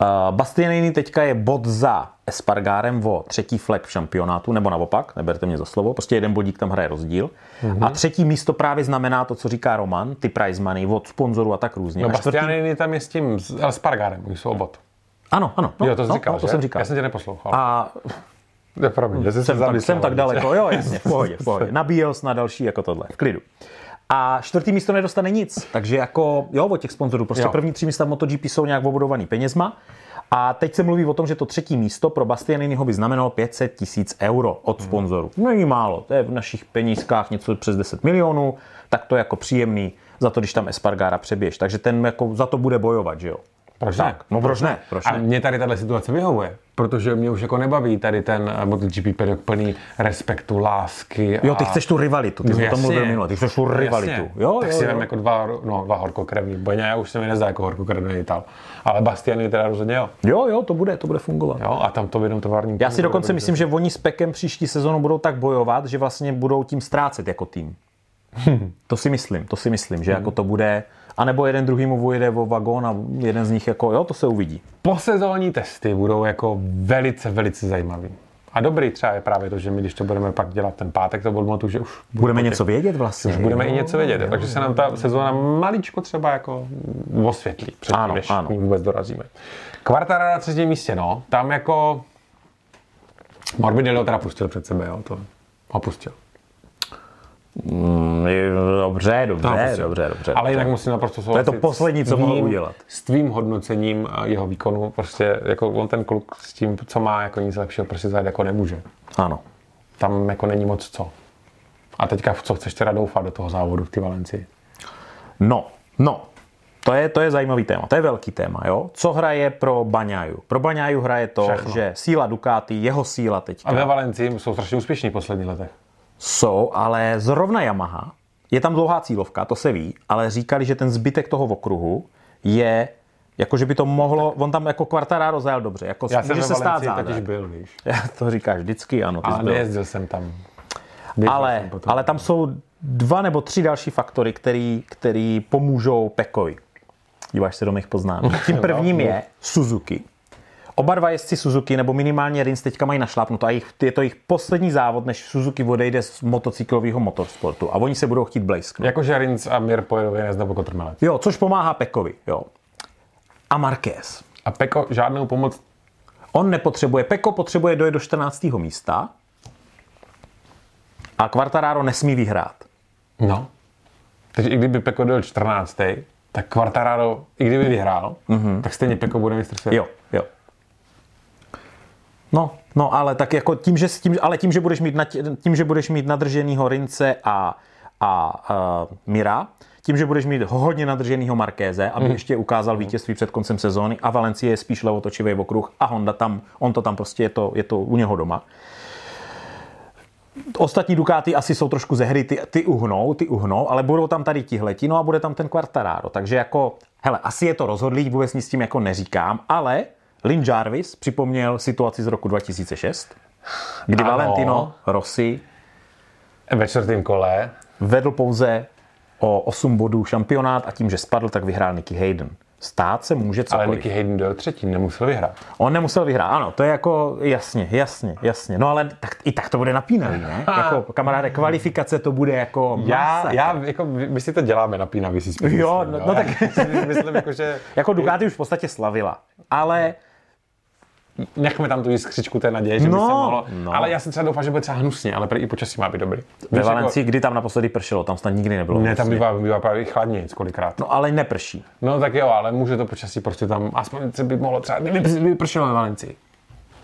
Speaker 1: Uh, Bastianini teďka je bod za Espargárem o třetí flag v šampionátu, nebo naopak, neberte mě za slovo, prostě jeden bodík tam hraje rozdíl. Mm-hmm.
Speaker 2: Mhm.
Speaker 1: A třetí místo právě znamená to, co říká Roman, ty prize money od sponzorů a tak různě.
Speaker 2: No
Speaker 1: a čtvrtý...
Speaker 2: Bastianini tam je s tím, s Elspargarem, oni jsou obot.
Speaker 1: Ano, ano. No,
Speaker 2: jo, to jsi
Speaker 1: no,
Speaker 2: říkal,
Speaker 1: no, to
Speaker 2: že?
Speaker 1: jsem říkal.
Speaker 2: Já jsem tě neposlouchal.
Speaker 1: A
Speaker 2: Ne, promiň, já jsem,
Speaker 1: jsem,
Speaker 2: se
Speaker 1: tak,
Speaker 2: zamyslel,
Speaker 1: jsem tak
Speaker 2: že-
Speaker 1: daleko, jo, jasně, v pohodě, v pohodě. Nabíjel jsi na další jako tohle, v klidu. A čtvrtý místo nedostane nic, takže jako, jo, od těch sponzorů, prostě jo.
Speaker 2: Jo.
Speaker 1: první tři místa v MotoGP jsou nějak obudovaný penězma. A teď se mluví o tom, že to třetí místo pro Bastianiniho by znamenalo 500 tisíc euro od sponzorů. Hmm. Není málo, to je v našich penízkách něco přes 10 milionů, tak to je jako příjemný za to, když tam Espargára přeběž. Takže ten jako za to bude bojovat, že jo?
Speaker 2: Proč
Speaker 1: Tak,
Speaker 2: tak?
Speaker 1: no proč ne? Proč
Speaker 2: A
Speaker 1: ne?
Speaker 2: mě tady tahle situace vyhovuje, protože mě už jako nebaví tady ten eh, MotoGP pedok plný respektu, lásky.
Speaker 1: Jo, ty
Speaker 2: a...
Speaker 1: chceš tu rivalitu, ty jsi o tom mluvil minule, ty chceš tu rivalitu.
Speaker 2: Jasně.
Speaker 1: Jo,
Speaker 2: tak
Speaker 1: jo,
Speaker 2: si
Speaker 1: jo.
Speaker 2: vem jako dva, no, dva horkokrevní, Boně, já už se mi nezdá jako horkokrevný Ital. Ale Bastiany teda rozhodně jo.
Speaker 1: Jo, jo, to bude, to bude fungovat.
Speaker 2: jo. a tam to v jednom továrním
Speaker 1: Já
Speaker 2: týmu
Speaker 1: si
Speaker 2: bude
Speaker 1: dokonce
Speaker 2: dobře.
Speaker 1: myslím, že oni s Pekem příští sezonu budou tak bojovat, že vlastně budou tím ztrácet jako tým. To si myslím, to si myslím, že jako to bude, anebo jeden druhýmu vojede o vagón a jeden z nich jako, jo, to se uvidí.
Speaker 2: posezónní testy budou jako velice, velice zajímavý. A dobrý třeba je právě to, že my, když to budeme pak dělat ten pátek, to budeme tu, že už
Speaker 1: Budeme něco vědět vlastně. Už
Speaker 2: budeme i něco vědět. takže se nám ta sezóna maličko třeba jako osvětlí, předtím,
Speaker 1: Ano,
Speaker 2: ano, než
Speaker 1: ano.
Speaker 2: ano. vůbec dorazíme. Quartararo na třetím místě, no. Tam jako... Morbidello teda pustil před sebe, jo, to ho pustil.
Speaker 1: Mm, Dobře,
Speaker 2: To ho
Speaker 1: dobře,
Speaker 2: pustil.
Speaker 1: dobře, dobře.
Speaker 2: No, prostě. Ale jinak musím naprosto souhlasit.
Speaker 1: to poslední, co
Speaker 2: s
Speaker 1: mohl
Speaker 2: tvým-
Speaker 1: udělat.
Speaker 2: S tvým hodnocením a jeho výkonu, prostě jako on ten kluk s tím, co má, jako nic lepšího, prostě zajít jako nemůže.
Speaker 1: Ano.
Speaker 2: Tam jako není moc co. A teďka v co chceš teda doufat do toho závodu v té Valencii?
Speaker 1: No, no. To je, to je zajímavý téma, to je velký téma, jo. Co hraje pro Baňáju? Pro Baňáju hraje to,
Speaker 2: Všechno.
Speaker 1: že síla Ducati, jeho síla teď.
Speaker 2: A ve Valencii jsou strašně úspěšní v posledních letech.
Speaker 1: Jsou, ale zrovna Yamaha, je tam dlouhá cílovka, to se ví, ale říkali, že ten zbytek toho okruhu je, jako že by to mohlo, on tam jako Quartararo zajel dobře, jako
Speaker 2: Já jsem
Speaker 1: může
Speaker 2: ve
Speaker 1: se stát
Speaker 2: Valencii totiž
Speaker 1: zádek.
Speaker 2: byl, víš.
Speaker 1: To říkáš vždycky, ano, ty jsi
Speaker 2: A
Speaker 1: byl.
Speaker 2: nejezdil jsem tam. Byl
Speaker 1: Ale,
Speaker 2: jsem potom.
Speaker 1: ale tam jsou dva nebo tři další faktory, který, který pomůžou Pekovi. Díváš se do mých poznámek. Tím prvním je Suzuki. Oba dva jezdci Suzuki, nebo minimálně Rins teďka mají našlápnuto a jich, je to jejich poslední závod, než Suzuki odejde z motocyklového motorsportu a oni se budou chtít blejsknout.
Speaker 2: Jakože Rins Jako a Mir pojedou jen nebo kotrmele.
Speaker 1: Jo, což pomáhá Pekovi, jo. A Marquez.
Speaker 2: A Peko žádnou pomoc
Speaker 1: On nepotřebuje, Peko potřebuje dojet do 14. místa a Quartararo nesmí vyhrát.
Speaker 2: No. Takže i kdyby Peko byl 14. tak Quartararo, i kdyby vyhrál, mm-hmm. tak stejně Peko bude mistr
Speaker 1: Mhm.
Speaker 2: světa.
Speaker 1: Jo, jo. No, no, ale tak jako tím, že, s tím, ale tím, že budeš mít, na, tím, že budeš mít nadrženýho Rince a, a uh, Mira, tím, že budeš mít hodně nadrženýho Markéze, aby ještě ukázal vítězství před koncem sezóny a Valencie je spíš levotočivý okruh a Honda tam, on to tam prostě je to, je to u něho doma. Ostatní Dukáty asi jsou trošku ze hry, ty, ty uhnou, ty uhnou, ale budou tam tady tihleti, no a bude tam ten Quartararo, takže jako, hele, asi je to rozhodlý, vůbec nic s tím jako neříkám, ale Lynn Jarvis připomněl situaci z roku 2006, kdy
Speaker 2: Ano.
Speaker 1: Valentino Rossi
Speaker 2: Ve čtvrtém kole
Speaker 1: vedl pouze o 8 bodů šampionát a tím, že spadl, tak vyhrál Nicky Hayden. Stát se může
Speaker 2: Ale
Speaker 1: cokoliv.
Speaker 2: Nicky Hayden dojel třetí, nemusel vyhrát.
Speaker 1: On nemusel vyhrát, ano, to je jako jasně, jasně, jasně. No ale tak, i tak to bude napínavý, ne? Jako, kamaráde, kvalifikace to bude jako
Speaker 2: Já,
Speaker 1: masakr.
Speaker 2: já jako, my my si to děláme napínavý, si spíš
Speaker 1: Jo,
Speaker 2: myslím,
Speaker 1: no- no
Speaker 2: Já
Speaker 1: tak-
Speaker 2: si myslím, jako, že
Speaker 1: Jako Ducati už v podstatě slavila, ale
Speaker 2: nechme tam tu jiskřičku té naděje, že by
Speaker 1: No,
Speaker 2: se mohlo.
Speaker 1: no.
Speaker 2: Ale já si třeba doufám, že bude třeba hnusně, ale prý i počasí má být dobrý.
Speaker 1: ve
Speaker 2: Víš,
Speaker 1: Valencii, kdy tam naposledy pršelo, tam snad nikdy nebylo.
Speaker 2: Jako, ne, tam
Speaker 1: vlastně.
Speaker 2: bývá, bývá právě chladněji kolikrát. No.
Speaker 1: No ale neprší.
Speaker 2: no. tak jo, ale může to počasí prostě tam, aspoň se by mohlo třeba, kdyby kdyby pršelo ve Valencii.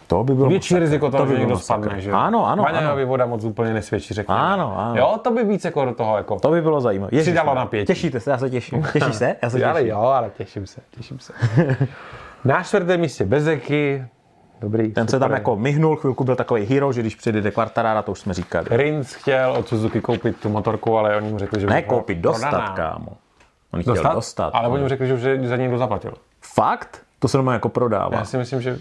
Speaker 1: To by bylo
Speaker 2: Větší
Speaker 1: masakr.
Speaker 2: riziko toho,
Speaker 1: by
Speaker 2: že
Speaker 1: bylo
Speaker 2: někdo
Speaker 1: masakr.
Speaker 2: spadne, že jo?
Speaker 1: Ano, ano, ano.
Speaker 2: Baňajovi voda moc úplně nesvědčí, řekněme.
Speaker 1: Ano, ano.
Speaker 2: Jo, to by víc jako do toho, jako.
Speaker 1: To by bylo zajímavé. Ježiš,
Speaker 2: Přidalo napětí.
Speaker 1: Těšíte se, já se těším. Těšíš se? Já se těším.
Speaker 2: Ale jo, ale těším se, těším se. Na čtvrtém místě Bezeky, dobrý.
Speaker 1: Ten se tam jako myhnul, chvilku byl takový hero, že když přijde Quartarara, to už jsme říkali.
Speaker 2: Rins chtěl od Suzuki koupit tu motorku, ale oni mu řekli, že
Speaker 1: Ne,
Speaker 2: byla
Speaker 1: koupit, dostat,
Speaker 2: prodaná.
Speaker 1: kámo. On chtěl dostat, dostat
Speaker 2: Ale oni mu řekli, že už je za ní někdo zaplatil.
Speaker 1: Fakt? To se doma jako prodává.
Speaker 2: Já si myslím, že...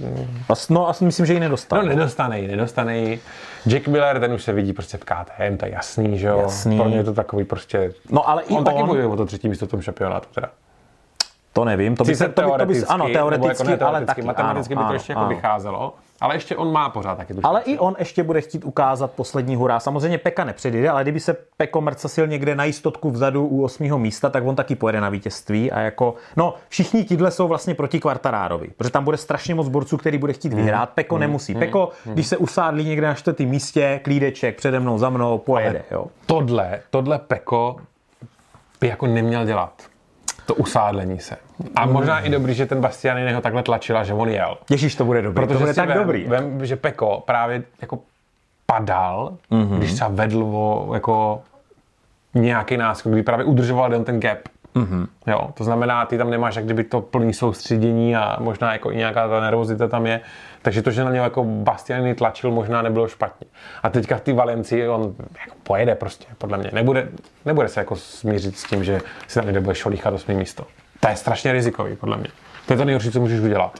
Speaker 1: A s- no, a s- myslím, že ji nedostal.
Speaker 2: No nedostane ji, nedostane ji. Jack Miller, ten už se vidí prostě v KTM, to je jasný, že jo.
Speaker 1: Jasný.
Speaker 2: Pro ně je to takový prostě...
Speaker 1: No, ale i
Speaker 2: on,
Speaker 1: on,
Speaker 2: taky bojuje o to třetí místo v tom šampionátu teda.
Speaker 1: to nevím, to by se,
Speaker 2: Sice
Speaker 1: to by, to by,
Speaker 2: teoreticky,
Speaker 1: se- ano,
Speaker 2: nebo
Speaker 1: teoreticky,
Speaker 2: jako ne
Speaker 1: ale
Speaker 2: teoreticky,
Speaker 1: taky,
Speaker 2: matematicky
Speaker 1: ano,
Speaker 2: by to
Speaker 1: ano,
Speaker 2: ještě jako
Speaker 1: ano.
Speaker 2: vycházelo, ale ještě on má pořád taky tu
Speaker 1: Ale
Speaker 2: šanci.
Speaker 1: i on ještě bude chtít ukázat poslední hurá. Samozřejmě Peka nepředjede, ale kdyby se Peko mrcasil někde na jistotku vzadu u osmého místa, tak on taky pojede na vítězství. A jako, no, všichni tíhle jsou vlastně proti Quartarárovi, protože tam bude strašně moc borců, který bude
Speaker 2: Mhm.
Speaker 1: chtít vyhrát. Peko nemusí. Peko, když se usádlí někde na čtvrtém místě, klídeček přede mnou, za mnou, pojede. Jo.
Speaker 2: tohle, tohle peko by jako neměl dělat. To usádlení se. A možná i dobrý, že ten Bastianini ho takhle tlačila, že on jel.
Speaker 1: Ježíš, to bude dobrý. to bude
Speaker 2: si
Speaker 1: tak
Speaker 2: vem,
Speaker 1: dobrý.
Speaker 2: Vem, že peko právě jako padal,
Speaker 1: Mhm.
Speaker 2: mm-hmm. když třeba vedl o jako nějaký náskok, kdy právě udržoval jenom ten gap.
Speaker 1: Mhm.
Speaker 2: Mm-hmm. Jo, to znamená, ty tam nemáš jak kdyby to plný soustředění a možná jako i nějaká ta nervozita tam je. Takže to, že na něj jako Bastianini tlačil, možná nebylo špatně. A teďka v té Valencii on jako pojede prostě, podle mě. Nebude, nebude se jako smířit s tím, že si tam někde bude šolíchat osmý místo. To je strašně rizikový, podle mě. To je to nejhorší, co můžeš udělat.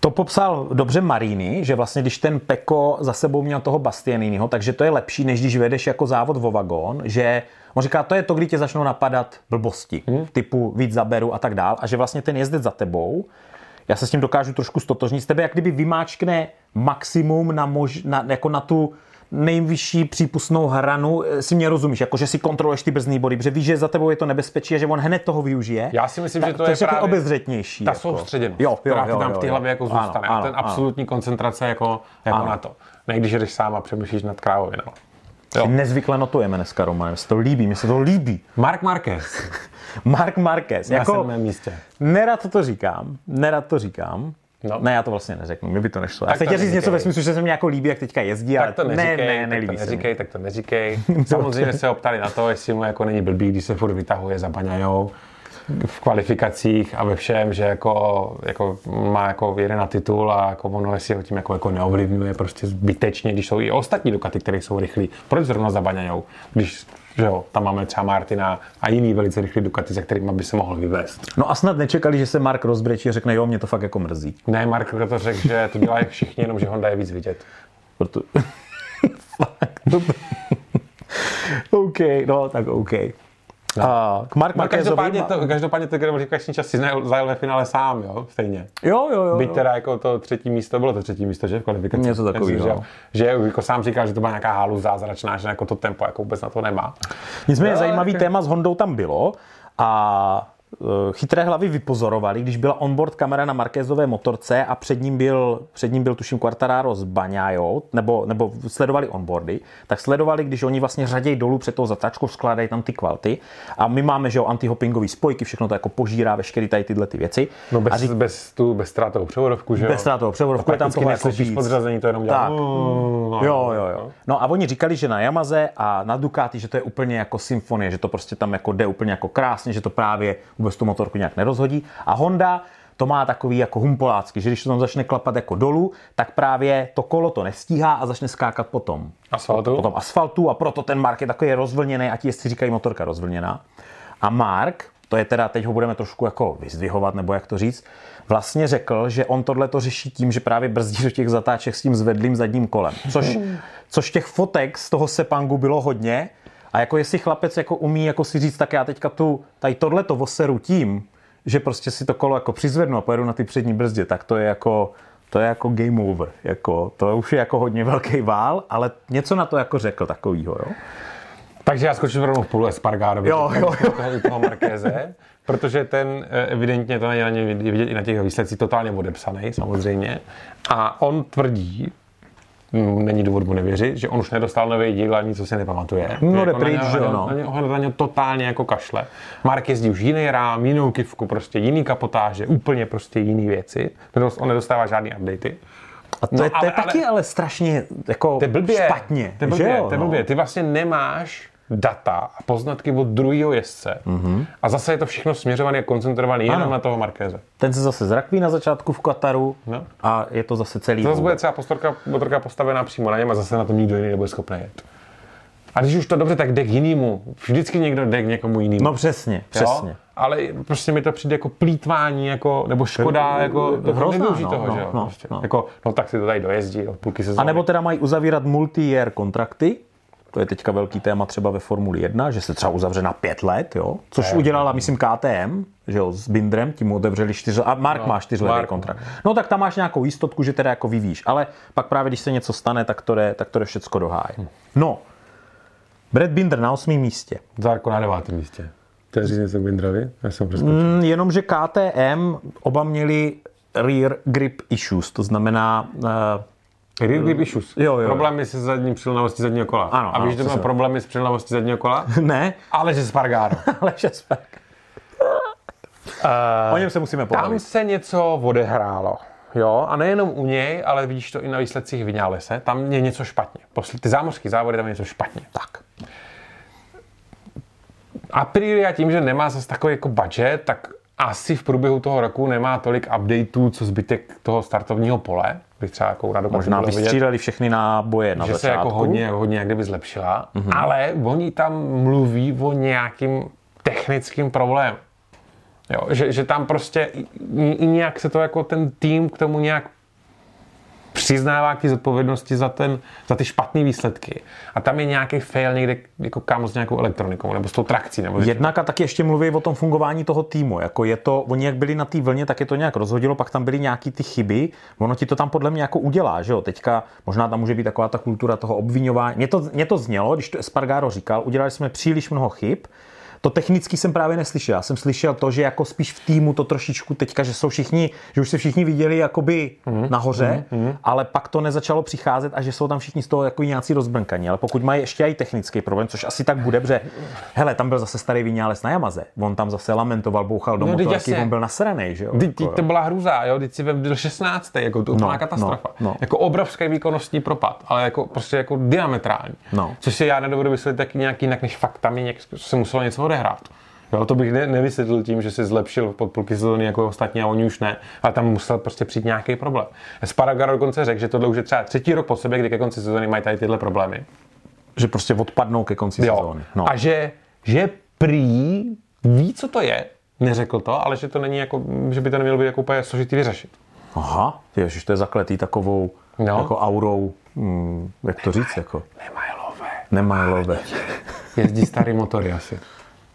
Speaker 1: To popsal dobře Marini, že vlastně když ten Peko za sebou měl toho Bastianiniho, takže to je lepší, než když vedeš jako závod vo vagón, že on říká, to je to, kdy tě začnou napadat blbosti, hmm. typu víc zaberu a tak dál, a že vlastně ten jezdec za tebou, já se s tím dokážu trošku stotožnit, z tebe jak kdyby vymáčkne maximum na, mož, na, jako na tu nejvyšší přípustnou hranu, eh, si mě rozumíš, jako že si kontroluješ ty brzný body, protože víš, že za tebou je to nebezpečí a že on hned toho využije.
Speaker 2: Já si myslím, že to je
Speaker 1: takže
Speaker 2: právě
Speaker 1: obezřetnější.
Speaker 2: Ta
Speaker 1: jako.
Speaker 2: soustředěnost,
Speaker 1: jo, jo,
Speaker 2: která ti
Speaker 1: jo,
Speaker 2: tam
Speaker 1: jo,
Speaker 2: v té
Speaker 1: jo.
Speaker 2: hlavě jako
Speaker 1: Ano,
Speaker 2: zůstane. a
Speaker 1: ano,
Speaker 2: ten
Speaker 1: ano.
Speaker 2: absolutní koncentrace jako, jako na to. Ne když jdeš sám a přemýšlíš nad královinama. Jo.
Speaker 1: Nezvykle notujeme dneska, Roman, se to líbí, mi se to líbí.
Speaker 2: Mark Marquez
Speaker 1: Mark Marquez,
Speaker 2: na
Speaker 1: jako
Speaker 2: sedmém místě.
Speaker 1: nerad to říkám, nerad to říkám,
Speaker 2: No.
Speaker 1: No. Ne, já to vlastně neřeknu, mi by to nešlo. Já
Speaker 2: Tak
Speaker 1: chci
Speaker 2: to
Speaker 1: říct něco
Speaker 2: neříkej.
Speaker 1: ve smyslu, že se mi jako líbí, jak teďka jezdí, ale
Speaker 2: Tak to
Speaker 1: ne,
Speaker 2: neříkej,
Speaker 1: ne,
Speaker 2: tak
Speaker 1: nelíbí
Speaker 2: to
Speaker 1: se mi.
Speaker 2: neříkej, tak to neříkej. No, Samozřejmě se ho ptali na to, jestli mu jako není blbý, když se furt vytahuje za baňajou v kvalifikacích a ve všem, že jako, jako má jako jede na titul a jako ono jestli ho tím jako, jako neovlivňuje prostě zbytečně, když jsou i ostatní Ducati, které jsou rychlí. Proč zrovna za baňajou, když že jo, tam máme třeba Martina a jiný velice rychlý Ducati, za kterými by se mohl vyvést.
Speaker 1: No a snad nečekali, že se Mark rozbrečí a řekne, jo, mě to fakt jako mrzí.
Speaker 2: Ne, Mark to řekl, že to dělají všichni, jenom že Honda je víc vidět.
Speaker 1: Proto... fakt. OK, no tak OK. A k Mark
Speaker 2: No,
Speaker 1: Marquezovi
Speaker 2: každopádně,
Speaker 1: má...
Speaker 2: to, každopádně to Grenoblikvační čas si najel- zajel ve finále sám, jo, stejně.
Speaker 1: Jo, jo, jo.
Speaker 2: Byť
Speaker 1: jo.
Speaker 2: teda jako to třetí místo, bylo to třetí místo, že v kvalifikaci.
Speaker 1: Něco
Speaker 2: Já
Speaker 1: takovýho.
Speaker 2: myslím, Že, že jako sám říkal, že to byla nějaká halu zázračná, že jako to tempo jako vůbec na to nemá.
Speaker 1: Nicméně
Speaker 2: Jo,
Speaker 1: zajímavý
Speaker 2: tak-
Speaker 1: téma s Hondou tam bylo a e, chytré hlavy vypozorovali, když byla onboard kamera na Markézové motorce a před ním byl, před ním byl tuším Quartararo s Baňájou, nebo, nebo sledovali onboardy, tak sledovali, když oni vlastně řadějí dolů před tou zatáčkou, skládají tam ty kvalty a my máme, že jo, antihopingový spojky, všechno to jako požírá veškeré tady tyhle ty věci.
Speaker 2: No bez,
Speaker 1: a řík,
Speaker 2: bez, tu, bez ztrátou převodovku, že jo.
Speaker 1: bez toho převodovku je tam
Speaker 2: Prakticky
Speaker 1: toho jako
Speaker 2: neslyšíš
Speaker 1: víc.
Speaker 2: podřazení, to jenom dělá.
Speaker 1: Tak.
Speaker 2: Mm,
Speaker 1: Jo, jo, jo. No a oni říkali, že na Yamaze a na Ducati, že to je úplně jako symfonie, že to prostě tam jako jde úplně jako krásně, že to právě vůbec tu motorku nějak nerozhodí. A Honda to má takový jako humpolácky, že když to tam začne klapat jako dolů, tak právě to kolo to nestíhá a začne skákat potom
Speaker 2: Asfaltu?
Speaker 1: po tom asfaltu a proto ten Mark je takový rozvlněný a ti jezdci říkají motorka rozvlněná. A Mark, to je teda, teď ho budeme trošku jako vyzdvihovat, nebo jak to říct, vlastně řekl, že on tohle to řeší tím, že právě brzdí do těch zatáček s tím zvedlým zadním kolem. Což, což těch fotek z toho Sepangu bylo hodně. A jako jestli chlapec jako umí jako si říct, tak já teďka tu, tady tohle to voseru tím, že prostě si to kolo jako přizvednu a pojedu na ty přední brzdě, tak to je jako, to je jako game over. Jako, to už je jako hodně velký vál, ale něco na to jako řekl takovýho, jo?
Speaker 2: Takže já skočím rovnou v půl Espargáro,
Speaker 1: Jo,
Speaker 2: protože
Speaker 1: jo,
Speaker 2: u toho, u toho Markéze, protože ten eh, evidentně, to není na něm vidět i na těch výsledcích, totálně odepsaný samozřejmě. A on tvrdí, mm, není důvod mu nevěřit, že on už nedostal nový díl a nic, co si nepamatuje.
Speaker 1: No,
Speaker 2: Že
Speaker 1: jde
Speaker 2: jako na
Speaker 1: pryč,
Speaker 2: něho-
Speaker 1: že jo,
Speaker 2: na něho-
Speaker 1: no.
Speaker 2: na něho- On na něho totálně jako kašle. Mark jezdí už jiný rám, jinou kivku, prostě jiný kapotáže, úplně prostě jiný věci. Nedost- On nedostává žádný updaty.
Speaker 1: A to,
Speaker 2: No,
Speaker 1: no, je, to je
Speaker 2: ale-
Speaker 1: ale, taky ale, strašně jako
Speaker 2: To je blbě.
Speaker 1: špatně,
Speaker 2: To je blbě,
Speaker 1: že jo? no.
Speaker 2: to je blbě. Ty vlastně nemáš data a poznatky od druhého jezdce. Mm-hmm. A zase je to všechno směřované a koncentrované jenom
Speaker 1: Mhm. Ano.
Speaker 2: na toho Markéze.
Speaker 1: No. Ten se zase zrakví na začátku v Kataru
Speaker 2: No.
Speaker 1: a je to zase celý
Speaker 2: To zase bude
Speaker 1: vůbec.
Speaker 2: třeba postorka, motorka postavená přímo na něm a zase na tom nikdo jiný nebude schopný jet. A když už to dobře, tak jde k jinému. Vždycky někdo jde k někomu jinému.
Speaker 1: No přesně, přesně.
Speaker 2: Jo? Ale prostě mi to přijde jako plítvání, jako, nebo škoda, jako, to
Speaker 1: hrozná,
Speaker 2: nevyužij
Speaker 1: no,
Speaker 2: toho,
Speaker 1: no,
Speaker 2: že jo?
Speaker 1: no,
Speaker 2: prostě.
Speaker 1: no.
Speaker 2: Jako, no tak si to tady dojezdí, od půlky sezóny.
Speaker 1: A nebo teda mají uzavírat multi-year kontrakty, to je teďka velký téma třeba ve Formuli 1, že se třeba uzavře na pět let, jo? což udělala, myslím, KTM, že jo, s Bindrem, tím mu otevřeli čtyř, a Mark má čtyřletý
Speaker 2: Mark.
Speaker 1: kontrakt. No tak tam máš nějakou jistotku, že teda jako vyvíjíš, ale pak právě, když se něco stane, tak to jde, tak to jde všecko do háje. No, Brad Binder na osmém místě.
Speaker 2: Zárko na devátém místě. To je říct něco k Bindravi? Já jsem prostě
Speaker 1: Mm, jenomže KTM oba měli rear grip issues, to znamená eh,
Speaker 2: Rear grip issues.
Speaker 1: Jo, jo.
Speaker 2: Problémy se zadní přilnavostí zadního kola.
Speaker 1: Ano,
Speaker 2: A
Speaker 1: ano,
Speaker 2: víš, že má
Speaker 1: přesně.
Speaker 2: problémy s přilnavostí zadního kola?
Speaker 1: ne,
Speaker 2: Ale že Spargáro.
Speaker 1: ale Šesberg. O něm se musíme pobavit.
Speaker 2: Tam se něco odehrálo. Jo, a nejenom u něj, ale vidíš to i na výsledcích Vinále se. Tam je něco špatně. Posl- ty zámořské závody, tam je něco špatně. Tak. Aprilia tím, že nemá zase takový jako budget, tak asi v průběhu toho roku nemá tolik updateů, co zbytek toho startovního pole. Bych třeba jako na
Speaker 1: Možná vystřídali všechny náboje na
Speaker 2: že se
Speaker 1: začátku. Mhm.
Speaker 2: jako hodně, hodně jak kdyby zlepšila, mm-hmm. ale oni tam mluví o nějakým technickým problému. Jo, že, že tam prostě i- i nějak se to jako ten tým k tomu nějak přiznává k té zodpovědnosti za, ten, za ty špatné výsledky. A tam je nějaký fail někde jako kam s nějakou elektronikou, nebo s tou trakcí, nebo je...
Speaker 1: Jednak a taky ještě mluví o tom fungování toho týmu. Jako je to, oni jak byli na té vlně, tak je to nějak rozhodilo, pak tam byly nějaký ty chyby. Ono ti to tam podle mě jako udělá, že jo? Teďka možná tam může být taková ta kultura toho obvinování. Mě to, mě to znělo, když to Espargaro říkal, udělali jsme příliš mnoho chyb, to technicky jsem právě neslyšel. Já jsem slyšel to, že jako spíš v týmu to trošičku teďka, že jsou všichni, že už se všichni viděli jakoby
Speaker 2: Mhm.
Speaker 1: nahoře, ale pak to nezačalo přicházet a že jsou tam všichni z toho jako nějací rozbrnkaní. Ale pokud mají ještě i technický problém, což asi tak bude, že hele, tam byl zase starý vinález na Yamaze. On tam zase lamentoval, bouchal do
Speaker 2: No,
Speaker 1: no,
Speaker 2: vždyť
Speaker 1: motorky,
Speaker 2: jasně.
Speaker 1: on byl nasranej, že jo?
Speaker 2: Teď
Speaker 1: Jako,
Speaker 2: to byla hrůza, jo, teď si vem do 16. jako to úplná
Speaker 1: No,
Speaker 2: katastrofa.
Speaker 1: no, no.
Speaker 2: Jako obrovský výkonnostní propad, ale jako prostě jako diametrální.
Speaker 1: No.
Speaker 2: Což si já nedovedu vysvětlit taky nějak jinak, než fakt tam je nějak, se muselo něco odehrát. Jo, to bych ne, nevysvětlil tím, že se zlepšil pod půlky sezóny jako ostatní a oni už ne, ale tam musel prostě přijít nějaký problém. Sparagaro dokonce řekl, že tohle už je třeba třetí rok po sobě, kdy ke konci sezóny mají tady tyhle problémy.
Speaker 1: Že prostě odpadnou ke konci
Speaker 2: Jo.
Speaker 1: sezóny. No.
Speaker 2: A že, že prý ví, co to je, neřekl to, ale že to není jako, že by to nemělo být jako úplně složitý vyřešit.
Speaker 1: Aha, ježiš, to je zakletý takovou
Speaker 2: No.
Speaker 1: jako aurou, hm, jak to říct, jako
Speaker 2: Nemajlové.
Speaker 1: nemajlové.
Speaker 2: Jezdí starý motory asi.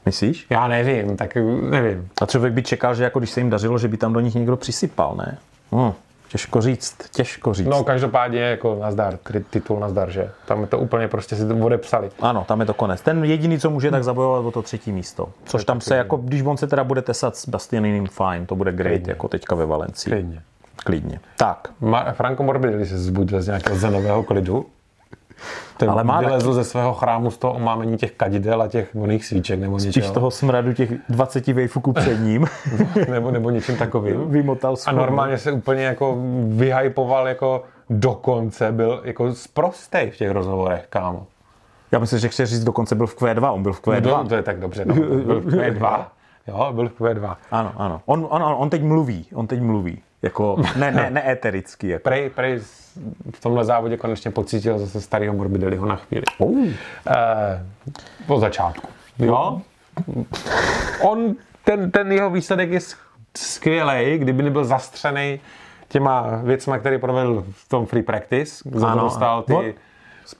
Speaker 1: Myslíš?
Speaker 2: Já nevím, tak nevím.
Speaker 1: A člověk by čekal, že jako když se jim dařilo, že by tam do nich někdo přisypal, ne? Hm. Těžko říct, těžko říct.
Speaker 2: No každopádně jako nazdar, kri- titul nazdar, že? Tam je to úplně prostě si to odepsali.
Speaker 1: Ano, tam je to konec. Ten jediný, co může, tak zabojovat o to třetí místo. Což tam se, jako, když on se teda bude tesat s Bastianinem, fajn, to bude great, jako teďka ve Valencii.
Speaker 2: Klidně.
Speaker 1: Klidně. Tak,
Speaker 2: Ma- Franco Morbidelli se zbudil z nějakého zenového klidu. Ten
Speaker 1: Ale má
Speaker 2: vylezl ze svého chrámu z toho omámení těch kadidel a těch oných svíček nebo
Speaker 1: když
Speaker 2: něčeho,
Speaker 1: toho smradu těch 20 vejfuků před ním
Speaker 2: nebo, nebo něčím takovým.
Speaker 1: vymotal
Speaker 2: A
Speaker 1: schodu.
Speaker 2: normálně se úplně jako vyhypoval jako dokonce, byl jako sprostej v těch rozhovorech, kámo.
Speaker 1: Já myslím, že chtěl říct, dokonce byl v Q2, on byl v
Speaker 2: Byl,
Speaker 1: Q2.
Speaker 2: to je tak dobře, no. Byl v Q2. Jo, byl v Q2.
Speaker 1: Ano, ano. On, on, on teď mluví, on teď mluví. Jako, ne, ne, ne etericky. Jako.
Speaker 2: Prej, prej s- v tomhle závodě konečně pocítil zase starého Morbidelliho na chvíli. Uh, po začátku. Jo? On, ten, ten jeho výsledek je sk- skvělej, kdyby nebyl zastřený těma věcma, které provedl v tom free practice, za to
Speaker 1: Ano,
Speaker 2: dostal
Speaker 1: ano.
Speaker 2: ty...
Speaker 1: Od-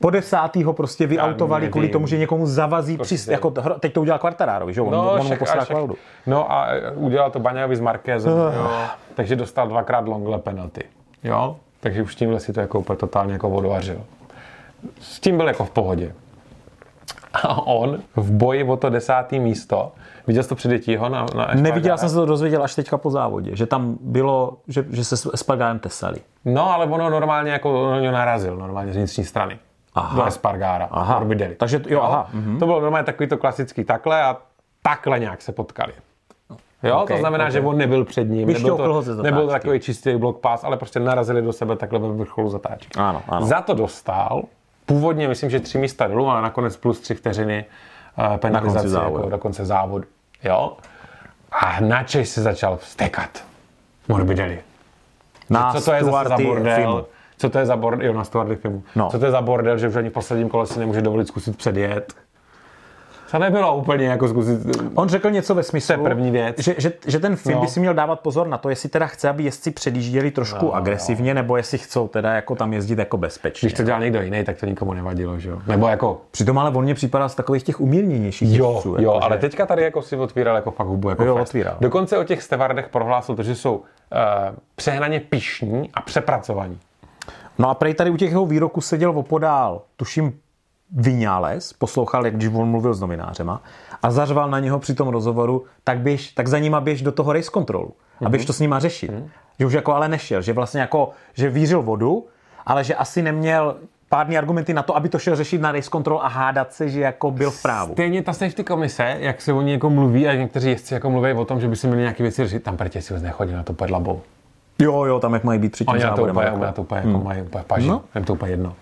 Speaker 1: Po desátýho prostě vyautovali
Speaker 2: nevím.
Speaker 1: kvůli tomu, že někomu zavazí
Speaker 2: Prostě.
Speaker 1: přist, jako, hro- teď to udělal Quartarárovi, že jo? On, No, on mu
Speaker 2: No, však-
Speaker 1: posílá
Speaker 2: a však-
Speaker 1: Klaudu.
Speaker 2: No a udělal to Baňajovi s Markézem,
Speaker 1: Ah.
Speaker 2: jo, takže dostal dvakrát longle penalty. Jo? Takže už tímhle si to jako úplně totálně jako odvařil. S tím byl jako v pohodě. A on v boji o to desátý místo, viděl jsi to předětího na, na
Speaker 1: Neviděl
Speaker 2: Espargara?
Speaker 1: jsem se to dozvěděl až teďka po závodě, že tam bylo, že, že se s Espargárem tesali.
Speaker 2: No, ale ono normálně jako on ho narazil, normálně z vnitřní strany.
Speaker 1: Aha.
Speaker 2: Aha. No. Mhm. Do Espargára.
Speaker 1: Aha.
Speaker 2: Morbidelli.
Speaker 1: Takže t- jo, aha,
Speaker 2: To bylo normálně takový to klasický takhle a takhle nějak se potkali. Jo,
Speaker 1: Okej,
Speaker 2: to znamená,
Speaker 1: okej.
Speaker 2: že on nebyl před ním, nebyl,
Speaker 1: Vyšťouchl ho
Speaker 2: to,
Speaker 1: ze zatáčky.
Speaker 2: nebyl takový čistý blok pás, ale prostě narazili do sebe takhle ve vrcholu zatáčky.
Speaker 1: Ano, ano.
Speaker 2: Za to dostal, původně myslím, že tři místa dolů, ale nakonec plus tři vteřiny eh, penalizace
Speaker 1: závodu.
Speaker 2: jako do konce závodu. Jo? A na Češ se začal vstekat. Morbidelli
Speaker 1: Na
Speaker 2: co to je zase za
Speaker 1: Stuarty
Speaker 2: bordel?
Speaker 1: Fimu.
Speaker 2: Co to je za bordel? Jo, na Stuarty filmu.
Speaker 1: No.
Speaker 2: Co to je za bordel, že už ani v posledním kole si nemůže dovolit zkusit předjet? To nebylo úplně jako zkusit...
Speaker 1: On řekl něco ve smyslu,
Speaker 2: To je první věc.
Speaker 1: Že, že, že ten film
Speaker 2: No.
Speaker 1: by si měl dávat pozor na to, jestli teda chce, aby jezdci předjížděli trošku
Speaker 2: No,
Speaker 1: agresivně, nebo jestli chcou teda jako tam jezdit jako bezpečně.
Speaker 2: Když to dělal někdo jiný, tak to nikomu nevadilo, že jo? Nebo jako...
Speaker 1: Přitom ale on mě připadá z takových těch umírněnějších
Speaker 2: Jo,
Speaker 1: jezdců,
Speaker 2: jo,
Speaker 1: jako,
Speaker 2: ale
Speaker 1: že-
Speaker 2: teďka tady jako si otvíral jako fakt hubu. Jako
Speaker 1: Jo,
Speaker 2: fest.
Speaker 1: otvíral.
Speaker 2: Dokonce o těch stevardech prohlásil to, že jsou uh, přehnaně pišní a přepracovaní.
Speaker 1: No a prej tady u těch jeho výroků seděl opodál, tuším, Vinález, poslouchal, jak když on mluvil s novinářema a zařval na něho při tom rozhovoru, tak, běž, tak za nima běž do toho race kontrolu a běž to s nima řešit. Že už jako ale nešel, že vlastně jako, že vířil vodu, ale že asi neměl pádný argumenty na to, aby to šel řešit na race control a hádat se, že jako byl v právu.
Speaker 2: Stejně ta safety komise, jak se oni jako mluví a někteří jezdci jako mluví o tom, že by si měli nějaké věci řešit, tam prtě si vůbec nechodí na to pedlabou.
Speaker 1: Jo, jo, tam jak mají být před tím
Speaker 2: Oni na to
Speaker 1: závodem.
Speaker 2: úplně,
Speaker 1: jako.
Speaker 2: na to úplně, jako mají úplně paži,
Speaker 1: No.
Speaker 2: no. jim to úplně jedno.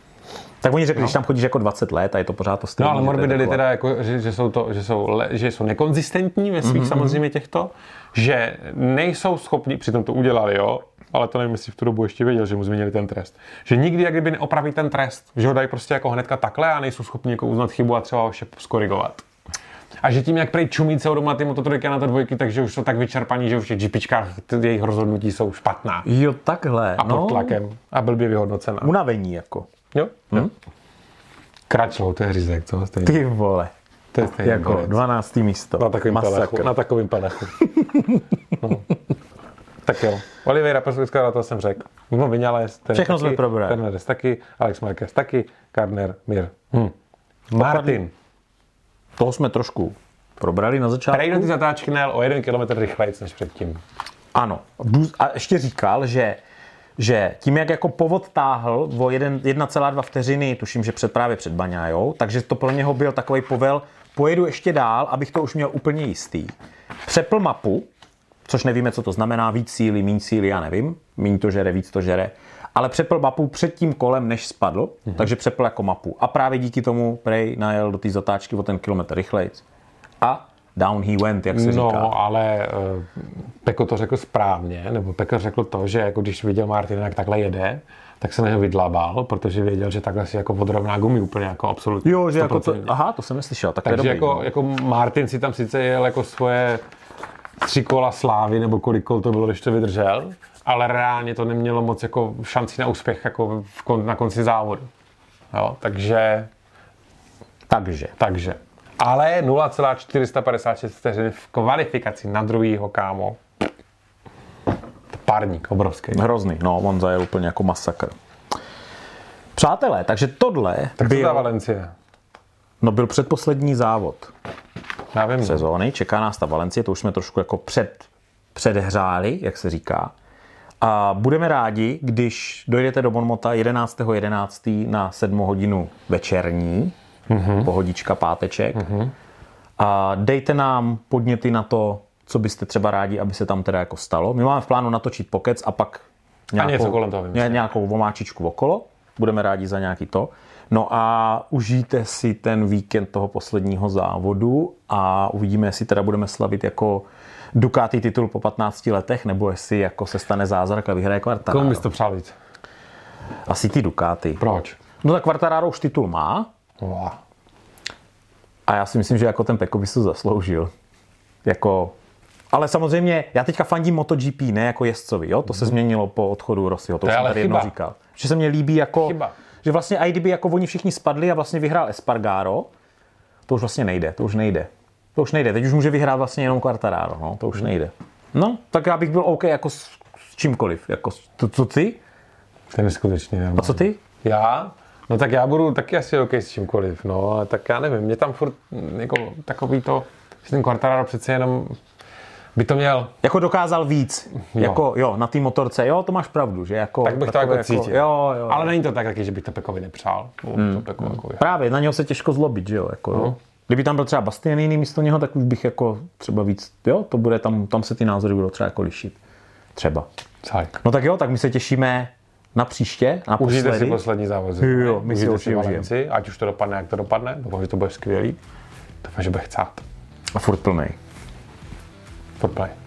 Speaker 1: Tak oni řekli, když tam chodíš jako 20 let a je to pořád to stejné.
Speaker 2: No ale
Speaker 1: že to je
Speaker 2: Morbidelli
Speaker 1: takové-
Speaker 2: teda, jako, že, že, jsou to, že, jsou le, že jsou nekonzistentní ve svých mm-hmm. samozřejmě těchto, že nejsou schopni, přitom to udělali, jo, ale to nevím, jestli v tu dobu ještě věděl, že mu změnili ten trest. Že nikdy jak kdyby neopraví ten trest, že ho dají prostě jako hnedka takhle a nejsou schopni jako uznat chybu a třeba ho ještě skorigovat. A že tím, jak prej čumí celou dobu na ty mototrojky a na to dvojky, takže už jsou tak vyčerpaní, že už v těch GPčkách ty jejich rozhodnutí jsou špatná.
Speaker 1: Jo, takhle.
Speaker 2: A pod
Speaker 1: no,
Speaker 2: tlakem. A blbě vyhodnocená.
Speaker 1: Unavení jako.
Speaker 2: Jo? Hmm? Kračlou, to je řízek, co? Stejný.
Speaker 1: Ty vole.
Speaker 2: to je stejný
Speaker 1: Jako
Speaker 2: borec.
Speaker 1: 12. místo.
Speaker 2: na takovým
Speaker 1: Masakr.
Speaker 2: pelechu. Na takovým pelechu. no. Tak jo. Oliveira Prskocká, to jsem řekl. No, Vinales, ten
Speaker 1: Všechno
Speaker 2: taky,
Speaker 1: jsme probrali.
Speaker 2: Fernandes taky, Alex Marquez taky, Karner, Mir. Hm. Martin.
Speaker 1: Toho jsme trošku probrali na začátku.
Speaker 2: Prej do ty zatáčky nejel o jeden kilometr rychleji než předtím.
Speaker 1: Ano. Důz- A ještě říkal, že že tím, jak jako povod táhl o jeden- 1,2 vteřiny, tuším, že před právě před Baňájou, takže to pro něho byl takový povel, pojedu ještě dál, abych to už měl úplně jistý. Přepl mapu, což nevíme, co to znamená, víc síly, míň síly, já nevím, míň to žere, víc to žere, ale přepl mapu před tím kolem, než spadl, mm-hmm. takže přepl jako mapu. A právě díky tomu Prej najel do té zatáčky o ten kilometr rychlejc. A down he went, jak se říká.
Speaker 2: No, ale uh, Peko to řekl správně, nebo Peko řekl to, že jako když viděl Martina, jak takhle jede, tak se na něho vydlabal, protože věděl, že takhle si jako odrovná gumy úplně jako absolutně.
Speaker 1: Jo, že jako to,
Speaker 2: 100%.
Speaker 1: aha, to jsem neslyšel, tak,
Speaker 2: Takže
Speaker 1: to je dobrý. no.
Speaker 2: jako, jako Martin si tam sice jel jako svoje tři kola slávy, nebo kolik kol to bylo, když to vydržel, ale reálně to nemělo moc jako šanci na úspěch jako v kon, na konci závodu. Jo, takže,
Speaker 1: Takže,
Speaker 2: takže. ale 0,456 vteřin v kvalifikaci na druhýho, kámo. Parník obrovský.
Speaker 1: Hrozný, no, Monza je úplně jako masakr. Přátelé, takže tohle
Speaker 2: Tak co ta
Speaker 1: byl,
Speaker 2: Valencie?
Speaker 1: no, byl předposlední závod
Speaker 2: Já vím.
Speaker 1: sezóny, čeká nás ta Valencie, to už jsme trošku jako před, předehřáli, jak se říká. A budeme rádi, když dojdete do Bonmota 11.11. 11. na 7 hodinu večerní,
Speaker 2: Mhm.
Speaker 1: mm-hmm. pohodička páteček. Mm-hmm. A dejte nám podněty na to, co byste třeba rádi, aby se tam teda jako stalo. My máme v plánu natočit pokec a pak nějakou,
Speaker 2: něco kolem toho
Speaker 1: ně,
Speaker 2: vymyslet.
Speaker 1: nějakou vomáčičku okolo. Budeme rádi za nějaký to. No a užijte si ten víkend toho posledního závodu a uvidíme, jestli teda budeme slavit jako Ducati titul po 15 letech, nebo jestli jako se stane zázrak a vyhraje
Speaker 2: Komu
Speaker 1: Quartararo.
Speaker 2: bys to přál víc?
Speaker 1: Asi ty Ducati.
Speaker 2: Proč?
Speaker 1: No tak Quartararo už titul má
Speaker 2: Wow.
Speaker 1: a já si myslím, že jako ten Peko by si to zasloužil. Jako ale samozřejmě, já teďka fandím MotoGP, ne jako jezdcovi, jo? To se změnilo po odchodu Rossiho, to,
Speaker 2: Mhm. je
Speaker 1: už jsem
Speaker 2: ale
Speaker 1: tady
Speaker 2: chyba.
Speaker 1: jednou říkal. Že se mně líbí jako,
Speaker 2: Chyba.
Speaker 1: že vlastně i kdyby jako oni všichni spadli a vlastně vyhrál Espargaro, to už vlastně nejde, to už nejde. To už nejde, teď už může vyhrát vlastně jenom Quartararo, no, to
Speaker 2: Mhm.
Speaker 1: už nejde. No, tak já bych byl OK jako s, s čímkoliv, jako s, to, co ty?
Speaker 2: Ten je skutečně normální.
Speaker 1: A co ty?
Speaker 2: Já? No tak já budu taky asi OK s čímkoliv, no, ale tak já nevím, mě tam furt mm, jako takový to, že ten Quartararo přece jenom by to měl,
Speaker 1: Jako dokázal víc, jo. jako jo, na té motorce, jo, to máš pravdu, že jako...
Speaker 2: tak bych to jako
Speaker 1: takové
Speaker 2: cítil.
Speaker 1: Jo, jo.
Speaker 2: Ale není to tak taky, že bych to Pekovi nepřál. Hmm. To Peko, jako je.
Speaker 1: Právě, na něho se těžko zlobit, že jo? Jako,
Speaker 2: No.
Speaker 1: jo. Kdyby tam byl třeba Bastianini místo něho, tak už bych jako třeba víc, jo, to bude tam, tam se ty názory budou třeba jako lišit. Třeba.
Speaker 2: Cajk.
Speaker 1: No tak jo, tak my se těšíme na příště, na
Speaker 2: Užijte si
Speaker 1: posledy.
Speaker 2: poslední závod.
Speaker 1: Jo, my si
Speaker 2: Užijte
Speaker 1: ho
Speaker 2: si
Speaker 1: užijeme.
Speaker 2: Valenci, ať už to dopadne, jak to dopadne. Doufám, že to bude skvělý. Doufám, že bude chcát.
Speaker 1: A furt plnej.
Speaker 2: Podplay.